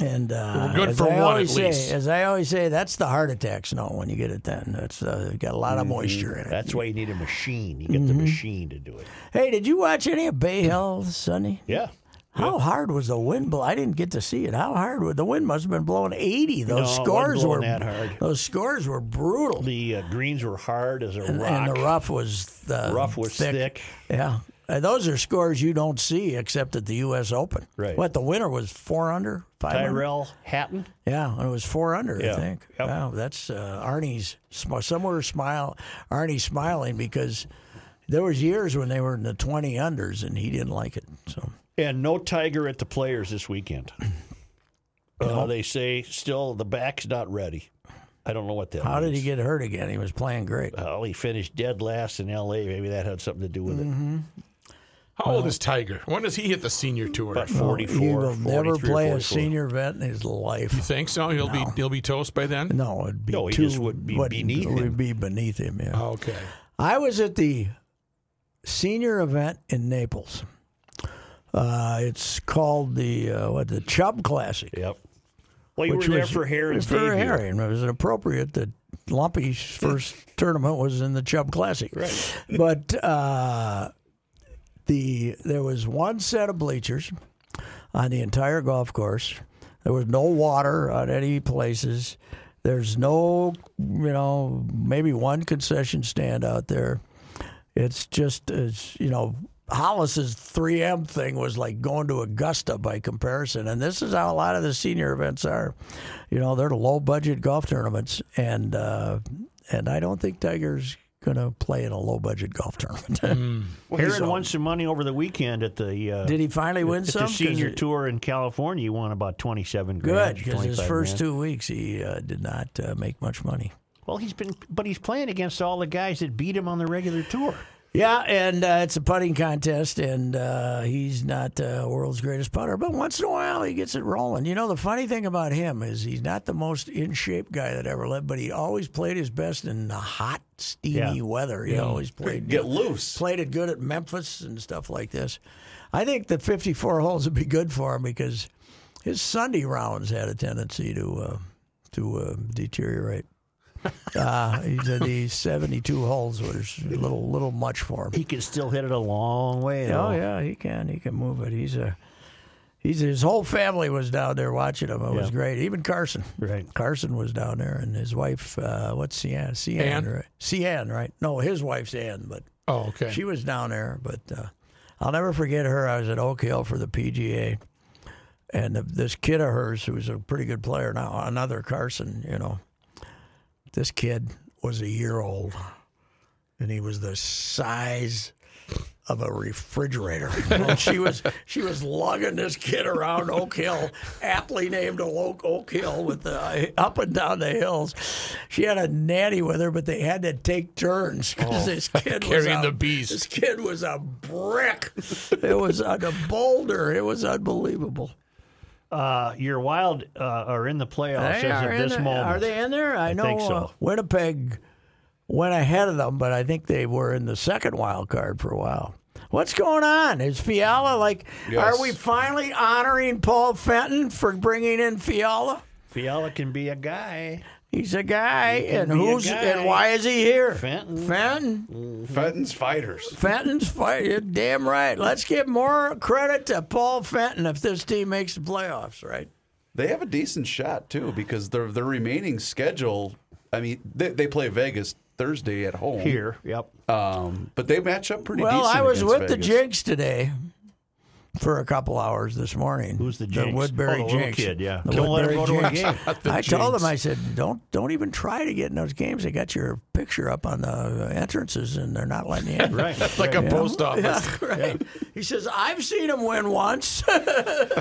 Speaker 4: And uh,
Speaker 3: We're good
Speaker 4: as
Speaker 3: for
Speaker 4: I
Speaker 3: one, at
Speaker 4: always say,
Speaker 3: least.
Speaker 4: As I always say, that's the heart attack snow when you get it. Then that's uh, got a lot
Speaker 5: Mm-hmm.
Speaker 4: of moisture in it.
Speaker 5: That's why you need a machine. You get
Speaker 4: Mm-hmm.
Speaker 5: the machine to do it.
Speaker 4: Hey, did you watch any of Bay Hill Sunny?
Speaker 5: Yeah.
Speaker 4: How hard was the wind blow? I didn't get to see it. How hard was the wind? Must have been blowing eighty.
Speaker 5: No, it
Speaker 4: Those
Speaker 5: wasn't
Speaker 4: scores
Speaker 5: blowing
Speaker 4: were
Speaker 5: that hard.
Speaker 4: Those scores were brutal.
Speaker 5: The uh, greens were hard as a
Speaker 4: and,
Speaker 5: rock.
Speaker 4: and the uh, rough was the
Speaker 5: Rough was thick.
Speaker 4: Yeah, and those are scores you don't see except at the U.S. Open.
Speaker 5: Right.
Speaker 4: What the winner was four under five. under?
Speaker 5: Tyrell Hatton.
Speaker 4: Yeah, and it was four under, I
Speaker 5: Yeah.
Speaker 4: think.
Speaker 5: Yep.
Speaker 4: Wow, that's uh, Arnie's sm- somewhere smile. Arnie's smiling because there was years when they were in the twenty unders and he didn't like it. So
Speaker 5: And no tiger at the players this weekend. Uh, they say still the back's not ready. I don't know what that
Speaker 4: how
Speaker 5: means.
Speaker 4: did he get hurt again? He was playing great.
Speaker 5: Well, he finished dead last in L.A. Maybe that had something to do with it.
Speaker 4: Mm-hmm.
Speaker 3: How old is Tiger? When does he hit the senior tour?
Speaker 5: About
Speaker 4: Well,
Speaker 5: 44,
Speaker 4: He will
Speaker 5: 43
Speaker 4: never
Speaker 5: or
Speaker 4: play a
Speaker 5: 44.
Speaker 4: senior event in his
Speaker 3: You
Speaker 4: life.
Speaker 3: think so? He'll be he'll be toast by then.
Speaker 4: No, it'd be
Speaker 5: No, he
Speaker 4: too,
Speaker 5: just would be
Speaker 4: wouldn't-
Speaker 5: beneath
Speaker 4: it would
Speaker 5: him.
Speaker 4: be beneath him. Yeah.
Speaker 3: Oh, Okay.
Speaker 4: I was at the senior event in Naples. Uh, it's called the uh, what the Chubb Classic.
Speaker 5: Yep. Well, you were there for Harron's
Speaker 4: for
Speaker 5: debut.
Speaker 4: Harry, and it was appropriate that Lumpy's first tournament was in the Chubb Classic. Right. But uh, the there was one set of bleachers on the entire golf course. There was no water at any places. There's no, you know, maybe one concession stand out there. It's just, it's, you know, Hollis's 3M thing was like going to Augusta by comparison. And this is how a lot of the senior events are. You know, they're low budget golf tournaments. And, uh, and I don't think Tiger's going to play in a low budget golf tournament.
Speaker 5: Heron won some money over the weekend at the uh,
Speaker 4: Did he finally win
Speaker 5: at
Speaker 4: some?
Speaker 5: the
Speaker 4: 'Cause
Speaker 5: senior
Speaker 4: it-
Speaker 5: tour in California. He won about twenty-seven
Speaker 4: Good,
Speaker 5: grand.
Speaker 4: because his
Speaker 5: 25
Speaker 4: first
Speaker 5: grand.
Speaker 4: two weeks he uh, did not uh, make much money.
Speaker 5: Well, he's been, but he's playing against all the guys that beat him on the regular tour.
Speaker 4: Yeah, and uh, it's a putting contest, and uh, he's not the world's greatest putter, but once in a while he gets it rolling. You know, the funny thing about him is he's not the most in shape guy that ever lived, but he always played his best in the hot, steamy
Speaker 5: Yeah.
Speaker 4: weather. He always played
Speaker 6: Get loose.
Speaker 4: played it good at Memphis and stuff like this. I think the 54 holes would be good for him because his Sunday rounds had a tendency to uh, to uh, deteriorate. Uh, he said the 72 holes was a little little much for him.
Speaker 5: He can still hit it a long way.
Speaker 4: Oh
Speaker 5: though.
Speaker 4: yeah, he can. He can move it. He's a he's his whole family was down there watching him. It was
Speaker 5: Yeah.
Speaker 4: great. Even Carson.
Speaker 5: Right.
Speaker 4: Carson was down there, and his wife. Uh, what's Cian? Cian,
Speaker 3: Ann?
Speaker 4: right? Cian, right? No, his wife's Ann, but
Speaker 3: Oh, okay.
Speaker 4: she was down there, but uh, I'll never forget her. I was at Oak Hill for the PGA, and th- this kid of hers, who's a pretty good player now, another Carson, you know, this kid was a year old, and he was the size of a refrigerator. And she was she was lugging this kid around Oak Hill, aptly named Oak Oak Hill, with the uh, up and down the hills. She had a nanny with her, but they had to take turns because this kid
Speaker 3: Oh, Carrying
Speaker 4: was a,
Speaker 3: the beast.
Speaker 4: This kid was a brick. it was on a boulder. It was unbelievable.
Speaker 5: Uh, your Wild uh, are in the playoffs
Speaker 4: They
Speaker 5: as
Speaker 4: are
Speaker 5: of
Speaker 4: in
Speaker 5: this
Speaker 4: there.
Speaker 5: moment.
Speaker 4: Are they in there? I, know
Speaker 5: think so.
Speaker 4: uh, Winnipeg went ahead of them, but I think they were in the second wild card for a while. What's going on? Is Fiala like? Are we finally honoring Paul Fenton for bringing in Fiala?
Speaker 5: Fiala can be a guy.
Speaker 4: He's a guy, and
Speaker 5: be a
Speaker 4: who's
Speaker 5: guy.
Speaker 4: and why is he here?
Speaker 5: Fenton.
Speaker 4: Fenton.
Speaker 6: Fenton's fighters.
Speaker 4: Fenton's fight. You're damn right. Let's give more credit to Paul Fenton if this team makes the playoffs, right?
Speaker 6: They have a decent shot too because their their remaining schedule. I mean, they, they play Vegas Thursday at home
Speaker 5: Here, yep.
Speaker 6: um, but they match up pretty.
Speaker 4: Well,
Speaker 6: decent
Speaker 4: I was
Speaker 6: against
Speaker 4: with the
Speaker 6: Vegas.
Speaker 4: Jinx today for a couple hours this morning.
Speaker 5: Who's the Jinx?
Speaker 4: The Woodbury
Speaker 5: Oh, the little
Speaker 4: Jinx.
Speaker 5: kid, yeah.
Speaker 4: The
Speaker 5: Don't let him
Speaker 4: Woodbury
Speaker 5: go to a
Speaker 4: Jinx.
Speaker 3: The
Speaker 4: I told
Speaker 3: Jinx.
Speaker 4: him, I said, don't don't even try to get in those games. They got your picture up on the entrances and they're not letting you in.
Speaker 5: Right.
Speaker 3: Like a post office.
Speaker 4: Yeah, right. He says, I've seen him win once.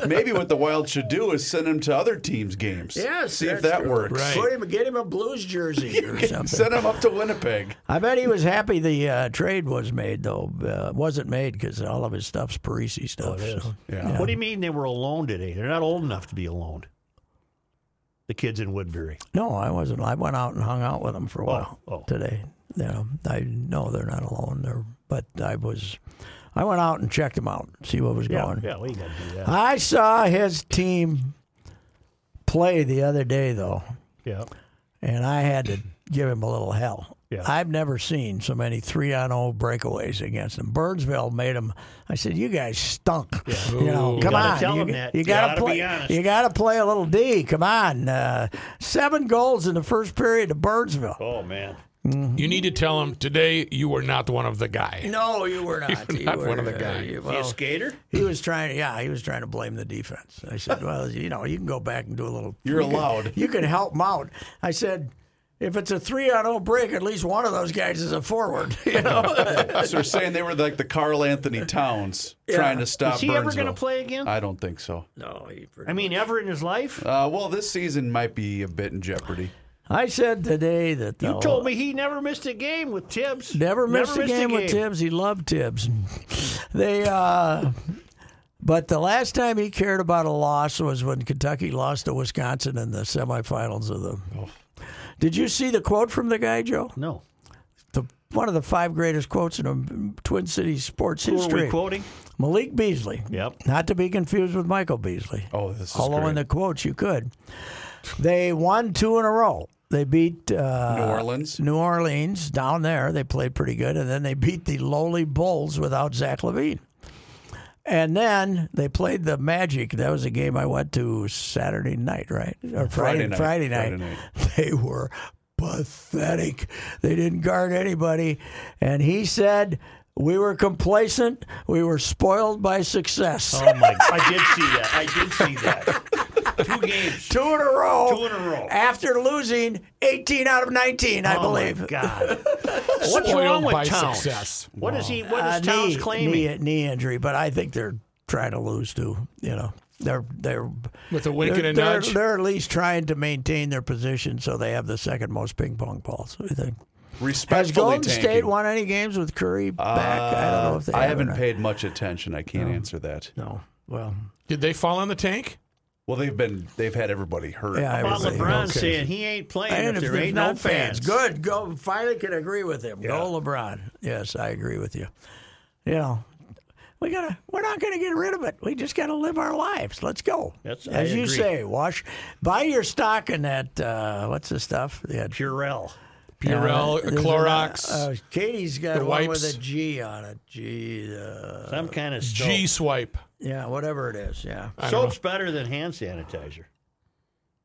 Speaker 6: Maybe what the Wild should do is send him to other teams' games.
Speaker 4: yes.
Speaker 6: see if
Speaker 4: that's
Speaker 6: that
Speaker 4: true.
Speaker 6: works.
Speaker 4: Put him, get him a Blues jersey or something.
Speaker 6: Send him up to Winnipeg.
Speaker 4: I bet he was happy the uh, trade was made, though. Uh, wasn't made because all of his stuff's Parisi stuff. so.
Speaker 5: What do you mean they were alone today? They're not old enough to be alone. The kids in Woodbury.
Speaker 4: No, I wasn't. I went out and hung out with them for a while
Speaker 5: oh.
Speaker 4: today. You know, I know they're not alone there, but I was. I went out and checked them out, see what was going.
Speaker 5: Yeah, well, you got to do that.
Speaker 4: I saw his team play the other day, though,
Speaker 5: Yeah.
Speaker 4: and I had to give him a little hell.
Speaker 5: Yeah.
Speaker 4: I've never seen so many three on zero breakaways against them. Burnsville made them. I said, "You guys stunk. You know, come
Speaker 5: gotta
Speaker 4: on,
Speaker 5: tell
Speaker 4: you,
Speaker 5: them that.
Speaker 4: you
Speaker 5: You
Speaker 4: gotta,
Speaker 5: gotta be
Speaker 4: play.
Speaker 5: honest.
Speaker 4: you got to play a little D. Come on, uh, seven goals in the first period to Burnsville.
Speaker 5: Oh, man.
Speaker 3: You need to tell him today you were not one of the guy.
Speaker 4: No, you were not. You
Speaker 3: not
Speaker 4: were,
Speaker 3: one of the
Speaker 4: uh,
Speaker 3: guys.
Speaker 4: you-
Speaker 5: You a
Speaker 4: well,
Speaker 5: skater?
Speaker 4: he was trying. Yeah, he was trying to blame the defense. I said, "Well, you know, you can go back and do a little.
Speaker 6: You're
Speaker 4: you can-
Speaker 6: allowed.
Speaker 4: you can help them out." I said, "If it's a three on zero break, at least one of those guys is a forward." You know.
Speaker 6: so we're saying they were like the Carl Anthony Towns trying to stop.
Speaker 4: Uh,
Speaker 5: Is he ever
Speaker 6: Burnsville.
Speaker 5: gonna play again?
Speaker 6: I don't think so.
Speaker 4: no, he pretty
Speaker 5: I mean, ever in his life?
Speaker 6: Uh, well, this season might be a bit in jeopardy.
Speaker 4: I said today that
Speaker 5: You told me he never missed a game with Tibbs.
Speaker 4: Never missed, a, game with Tibbs. He loved Tibbs. they, uh, but the last time he cared about a loss was when Kentucky lost to Wisconsin in the semifinals of the. Did you see the quote from the guy, Joe?
Speaker 5: No.
Speaker 4: The, one of the five greatest quotes in um, Twin Cities sports
Speaker 5: Who are we
Speaker 4: history.
Speaker 5: quoting?
Speaker 4: Malik Beasley.
Speaker 5: Yep.
Speaker 4: Not to be confused with Michael Beasley.
Speaker 6: Oh, this is
Speaker 4: Although in
Speaker 6: great.
Speaker 4: the quotes you could. They won two in a row. They beat uh,
Speaker 6: New Orleans.
Speaker 4: New Orleans down there. They played pretty good, and then they beat the lowly Bulls without Zach Levine. And then they played the Magic. That was a game I went to Saturday night, right? Or Friday,
Speaker 6: Friday night.
Speaker 4: Friday night.
Speaker 6: Friday
Speaker 4: They were pathetic. They didn't guard anybody. And he said, We were complacent. We were spoiled by success.
Speaker 5: Oh, my. I did see that. I did see that. Two games.
Speaker 4: Two in a row.
Speaker 5: Two in a row.
Speaker 4: After losing 18 out of 19, I
Speaker 5: Oh, my
Speaker 4: believe.
Speaker 5: God. What's wrong
Speaker 3: Spoiled
Speaker 5: with
Speaker 3: by
Speaker 5: Towns?
Speaker 3: success.
Speaker 5: What is he? What
Speaker 4: Uh,
Speaker 5: is Towns
Speaker 4: knee,
Speaker 5: claiming?
Speaker 4: Knee, knee injury, but I think they're trying to lose too. You know, they're they're
Speaker 3: With a wink
Speaker 4: they're,
Speaker 3: and a
Speaker 4: they're-
Speaker 3: nudge?
Speaker 4: They're at least trying to maintain their position, so they have the second most ping pong balls. I think. Has
Speaker 6: Respectfully
Speaker 4: Golden
Speaker 6: tanking.
Speaker 4: State won any games with Curry back? I don't know if they.
Speaker 6: Uh, I
Speaker 4: have or
Speaker 6: haven't
Speaker 4: not.
Speaker 6: paid much attention. I can't answer that.
Speaker 4: No. Well,
Speaker 3: Did they fall in the tank?
Speaker 6: Well, they've been they've had everybody hurt.
Speaker 4: Yeah,
Speaker 5: About
Speaker 4: everybody.
Speaker 5: LeBron
Speaker 4: Okay.
Speaker 5: saying he ain't playing
Speaker 4: and
Speaker 5: if
Speaker 4: if
Speaker 5: there
Speaker 4: there's
Speaker 5: ain't no
Speaker 4: not
Speaker 5: fans.
Speaker 4: good. Go. Finally, can agree with him. Go LeBron. Yes, I agree with you. You know, we gotta. We're not gonna get rid of it. We just gotta live our lives. Let's go.
Speaker 5: That's- I
Speaker 4: As you
Speaker 5: agree.
Speaker 4: say, wash. Buy your stock in that. Uh, what's the stuff? That
Speaker 5: Purell.
Speaker 3: Purell,
Speaker 4: there's
Speaker 3: Clorox,
Speaker 4: an- uh, Katie's got
Speaker 3: the
Speaker 4: one with
Speaker 3: wipes.
Speaker 4: a G on it. G. Uh,
Speaker 5: Some kind of soap.
Speaker 3: G swipe.
Speaker 4: yeah, whatever it is. Yeah.
Speaker 5: Soap's better than hand sanitizer.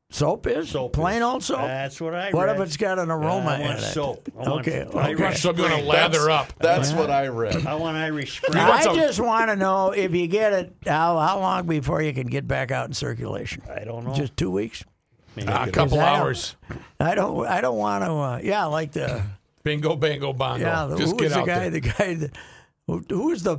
Speaker 4: Soap is
Speaker 5: Soap
Speaker 4: plain
Speaker 5: is.
Speaker 4: old soap.
Speaker 5: That's what I
Speaker 4: what
Speaker 5: read.
Speaker 4: if it's got an
Speaker 5: Uh,
Speaker 4: aroma
Speaker 5: I want
Speaker 4: in it?
Speaker 5: soap. I want-
Speaker 4: Okay.
Speaker 5: I
Speaker 4: okay.
Speaker 5: want-
Speaker 3: So I'm going to lather up.
Speaker 6: That's what I read.
Speaker 5: I want Irish
Speaker 4: Now,
Speaker 5: Spring.
Speaker 4: I
Speaker 3: want some-
Speaker 4: just want to know if you get it, how, how long before you can get back out in circulation?
Speaker 5: I don't know.
Speaker 4: Just two weeks?
Speaker 5: Maybe I
Speaker 3: Ah, A
Speaker 5: could-
Speaker 3: couple
Speaker 4: Is that-
Speaker 3: hours.
Speaker 4: I don't. I don't want to. Uh, yeah, like the.
Speaker 3: Bingo, bango, bongo.
Speaker 4: Yeah, the,
Speaker 3: Just
Speaker 4: who was
Speaker 3: get
Speaker 4: the
Speaker 3: out
Speaker 4: guy?
Speaker 3: there.
Speaker 4: The guy that. Who who was the?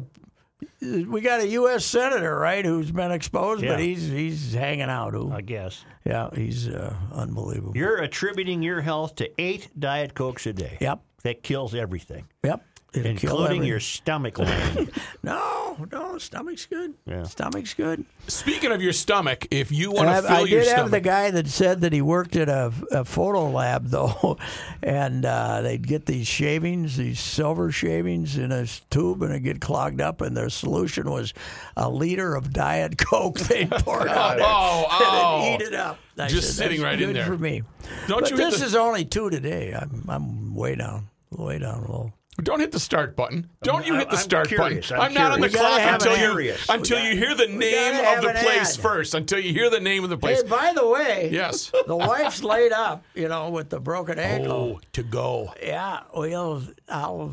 Speaker 4: We got a U.S. senator, right? Who's been exposed, but
Speaker 5: Yeah.
Speaker 4: he's he's hanging out. Who?
Speaker 5: I guess.
Speaker 4: yeah, he's uh, unbelievable.
Speaker 5: You're attributing your health to eight Diet Cokes a day.
Speaker 4: Yep.
Speaker 5: That kills everything,
Speaker 4: Yep. It'll kill
Speaker 5: including
Speaker 4: every-
Speaker 5: your stomach lining.
Speaker 4: No, no, stomach's good.
Speaker 5: Yeah.
Speaker 4: Stomach's good.
Speaker 3: Speaking of your stomach, if you want to
Speaker 4: And
Speaker 3: fill
Speaker 4: I, I
Speaker 3: your
Speaker 4: did have the
Speaker 3: stomach,
Speaker 4: guy that said that he worked at a, a photo lab though, and uh, they'd get these shavings, these silver shavings in a s- tube, and it'd get clogged up. And their solution was a liter of Diet Coke they poured on it
Speaker 3: Oh, oh.
Speaker 4: and it'd eat it up. I
Speaker 3: Just
Speaker 4: said,
Speaker 3: sitting
Speaker 4: "That's
Speaker 3: right in
Speaker 4: good
Speaker 3: there."
Speaker 4: for me.
Speaker 3: Don't
Speaker 4: but
Speaker 3: you hit
Speaker 4: this
Speaker 3: the-
Speaker 4: is only two today. I'm I'm way down, way down low.
Speaker 3: don't hit the start button. Don't you
Speaker 5: I-
Speaker 3: hit the
Speaker 5: I'm
Speaker 3: start
Speaker 5: curious.
Speaker 3: button.
Speaker 5: I'm
Speaker 3: not on the
Speaker 5: curious.
Speaker 4: We gotta
Speaker 3: clock
Speaker 4: have
Speaker 3: until
Speaker 4: an ad.
Speaker 3: you until you hear the name
Speaker 4: have
Speaker 3: of the
Speaker 4: an
Speaker 3: place
Speaker 4: ad.
Speaker 3: first. Until you hear the name of the
Speaker 4: Hey,
Speaker 3: place.
Speaker 4: by the way,
Speaker 3: Yes.
Speaker 4: the wife's laid up, you know, with the broken ankle.
Speaker 3: Oh, to go.
Speaker 4: Yeah, well, I'll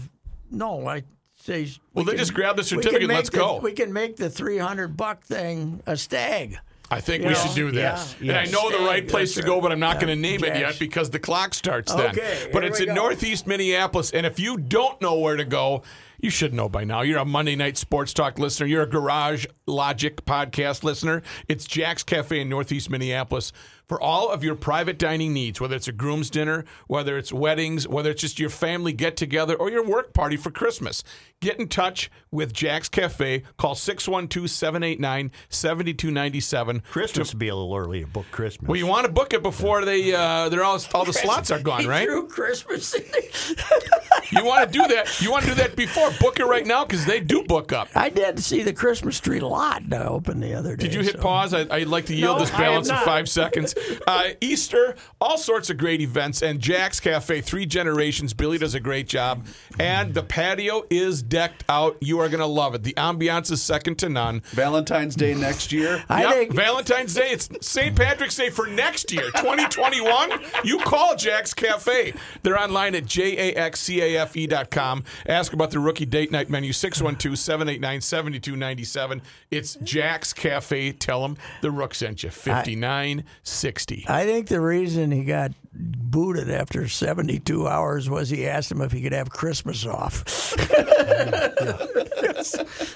Speaker 4: no. I say.
Speaker 3: Well,
Speaker 4: we
Speaker 3: then just grab the
Speaker 4: we
Speaker 3: certificate and
Speaker 4: make
Speaker 3: let's
Speaker 4: the-
Speaker 3: go.
Speaker 4: We can make the three hundred buck thing a stag.
Speaker 3: I think
Speaker 4: You
Speaker 3: we
Speaker 4: know,
Speaker 3: should do that.
Speaker 4: yeah,
Speaker 3: and I
Speaker 4: yeah.
Speaker 3: know the right
Speaker 4: Stag,
Speaker 3: place to
Speaker 4: that's
Speaker 3: go,
Speaker 4: right.
Speaker 3: but I'm not going to name it
Speaker 4: Jack's.
Speaker 3: yet because the clock starts then.
Speaker 4: Okay,
Speaker 3: but
Speaker 4: here
Speaker 3: it's
Speaker 4: we
Speaker 3: in
Speaker 4: go.
Speaker 3: northeast Minneapolis, and if you don't know where to go, You should know by now. You're a Monday Night Sports Talk listener. You're a Garage Logic podcast listener. It's Jack's Cafe in Northeast Minneapolis for all of your private dining needs, whether it's a groom's dinner, whether it's weddings, whether it's just your family get together or your work party for Christmas. Get in touch with Jack's Cafe. Call 612 789 7297.
Speaker 5: Christmas would be a little early to book Christmas.
Speaker 3: Well, you want to book it before they uh, they're all all the slots are gone,
Speaker 4: He
Speaker 3: right?
Speaker 4: threw Christmas in there.
Speaker 3: You want to do that. You want to do that before book it right now because they do book up.
Speaker 4: I did see the Christmas tree lot that opened the other day.
Speaker 3: Did you hit
Speaker 4: so-
Speaker 3: pause? I, I'd like to yield
Speaker 5: No,
Speaker 3: this
Speaker 5: I have
Speaker 3: balance of
Speaker 5: not.
Speaker 3: five seconds. Uh, Easter, all sorts of great events, and Jack's Cafe, three generations. Billy does a great job. And the patio is decked out. You are going to love it. The ambiance is second to none.
Speaker 6: Valentine's Day next year.
Speaker 4: I
Speaker 3: Yep,
Speaker 4: think
Speaker 3: Valentine's Day. It's St. Patrick's Day for next year, 2021. you call Jack's Cafe. They're online at jaxcafe.com. E Ask about the rookie date night menu, 612 789 7297. It's Jack's Cafe. Tell them the Rook sent you, 5960.
Speaker 4: I think the reason he got booted after 72 hours was he asked him if he could have Christmas off.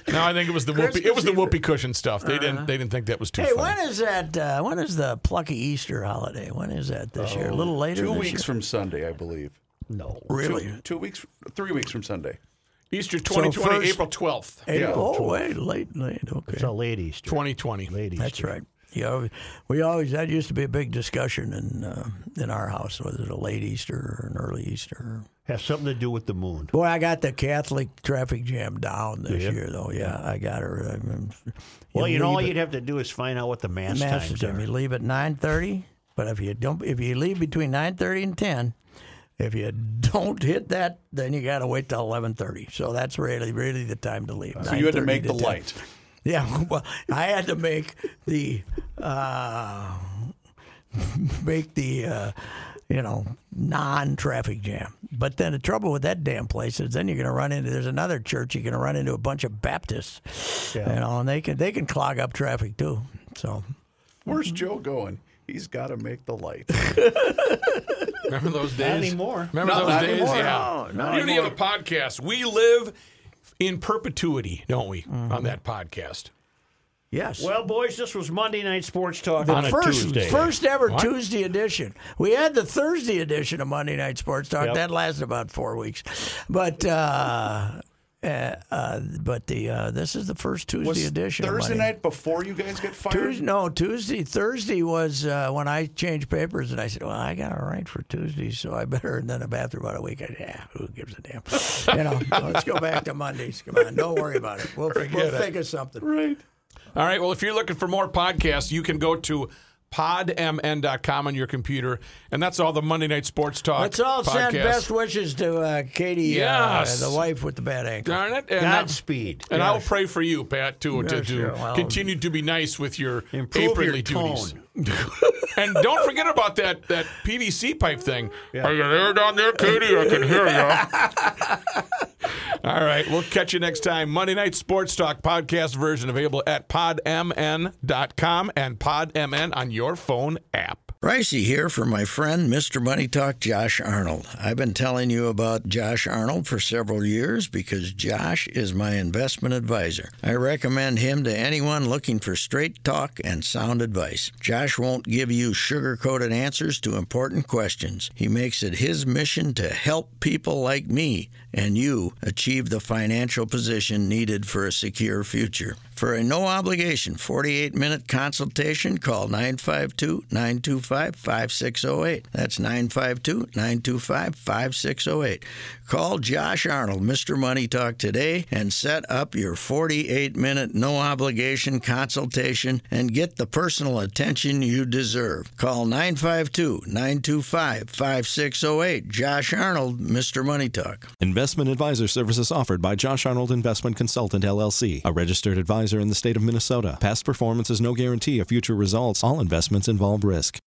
Speaker 3: No, I think it was the whoopee, it was the whoopee cushion stuff. They didn't they didn't think that was too
Speaker 4: hey, when
Speaker 3: funny.
Speaker 4: is that? Uh, when is the plucky Easter holiday? When is that this year? A little later.
Speaker 6: Two
Speaker 4: this
Speaker 6: weeks
Speaker 4: year?
Speaker 6: from Sunday, I believe.
Speaker 5: no.
Speaker 4: really.
Speaker 6: Two, two weeks, three weeks from Sunday.
Speaker 3: Easter 2020,
Speaker 4: first-
Speaker 3: April 12th,
Speaker 4: April-
Speaker 6: Yeah.
Speaker 4: oh wait, late, late. Okay,
Speaker 5: It's a ladies.
Speaker 3: 2020.
Speaker 5: Ladies.
Speaker 4: that's right. Yeah, we always that used to be a big discussion in uh, in our house whether it's a late Easter or an early Easter.
Speaker 5: Has something to do with the moon.
Speaker 4: Boy, I got the Catholic traffic jam down this year though. Yeah, I got her. I mean,
Speaker 5: Well, you know, all
Speaker 4: leave
Speaker 5: you'd have to do is find out what the mass,
Speaker 4: message
Speaker 5: times
Speaker 4: them. You
Speaker 5: are.
Speaker 4: leave at nine thirty, but if you don't, if you leave between nine thirty and ten, if you don't hit that, then you got to wait till eleven thirty. So that's really, really the time to leave.
Speaker 6: So you had to
Speaker 4: 9:30
Speaker 6: make the
Speaker 4: 10.
Speaker 6: light.
Speaker 4: Yeah, well, I had to make the uh, make the uh, you know non-traffic jam. But then the trouble with that damn place is then you're going to run into there's another church you're going to run into a bunch of Baptists, you know, and they can they can clog up traffic too. So
Speaker 6: Where's
Speaker 4: Mm-hmm.
Speaker 6: Joe going? He's got to make the light.
Speaker 3: Remember those days?
Speaker 5: Not anymore.
Speaker 3: Remember
Speaker 6: Not-
Speaker 3: those
Speaker 6: not
Speaker 3: days?
Speaker 6: anymore.
Speaker 3: Yeah. you don't have a podcast. We live in perpetuity, don't we, on that podcast?
Speaker 4: yes,
Speaker 5: Well, boys, this was Monday Night Sports Talk
Speaker 4: the
Speaker 5: on
Speaker 4: first
Speaker 5: a Tuesday.
Speaker 4: first ever Tuesday edition. We had the Thursday edition of Monday Night Sports Talk.
Speaker 5: Yep.
Speaker 4: That lasted about four weeks, but. Uh, uh, uh, but the uh, this is the first Tuesday
Speaker 6: Was
Speaker 4: edition. of
Speaker 6: Thursday
Speaker 4: Monday-
Speaker 6: night before you guys get fired?
Speaker 4: Tuesday, no, Tuesday. Thursday was uh, when I changed papers, and I said, "Well, I got to write for Tuesday, so I better." And then after about a week, I said, "Yeah, who gives a damn?" You know, let's go back to Mondays. Come on, don't worry about it. We'll, we'll think of something.
Speaker 6: Right.
Speaker 3: All right. Well, if you're looking for more podcasts, you can go to podmn.com on your computer. And that's all the Monday Night Sports Talk.
Speaker 4: Let's all send
Speaker 3: podcasts.
Speaker 4: best wishes to uh, Katie,
Speaker 3: Yes.
Speaker 4: uh, the wife with the bad ankle.
Speaker 3: Darn it. And, I-
Speaker 5: Godspeed.
Speaker 3: and I will pray for you, Pat, too, to,
Speaker 4: Yes,
Speaker 3: to
Speaker 4: yeah, well-
Speaker 3: continue to be nice with your
Speaker 5: Improve your
Speaker 3: apronly duties. and don't forget about that, that PVC pipe thing. Are you there down there, Katie? I can hear you. All right. We'll catch you next time. Monday Night Sports Talk podcast version available at podmn.com and podmn on your phone app.
Speaker 4: Ricey here from my friend, Mr. Money Talk, Josh Arnold. I've been telling you about Josh Arnold for several years because Josh is my investment advisor. I recommend him to anyone looking for straight talk and sound advice. Josh won't give you sugar coated answers to important questions. He makes it his mission to help people like me and you achieve the financial position needed for a secure future. For a no obligation 48 minute consultation, call 952 925 5608. That's 952 925 5608. Call Josh Arnold, Mr. Money Talk, today and set up your 48 minute no obligation consultation and get the personal attention you deserve. Call 952 925 5608. Josh Arnold, Mr. Money Talk.
Speaker 9: Investment advisor services offered by Josh Arnold Investment Consultant LLC, a registered advisor in the state of Minnesota. Past performance is no guarantee of future results. All investments involve risk.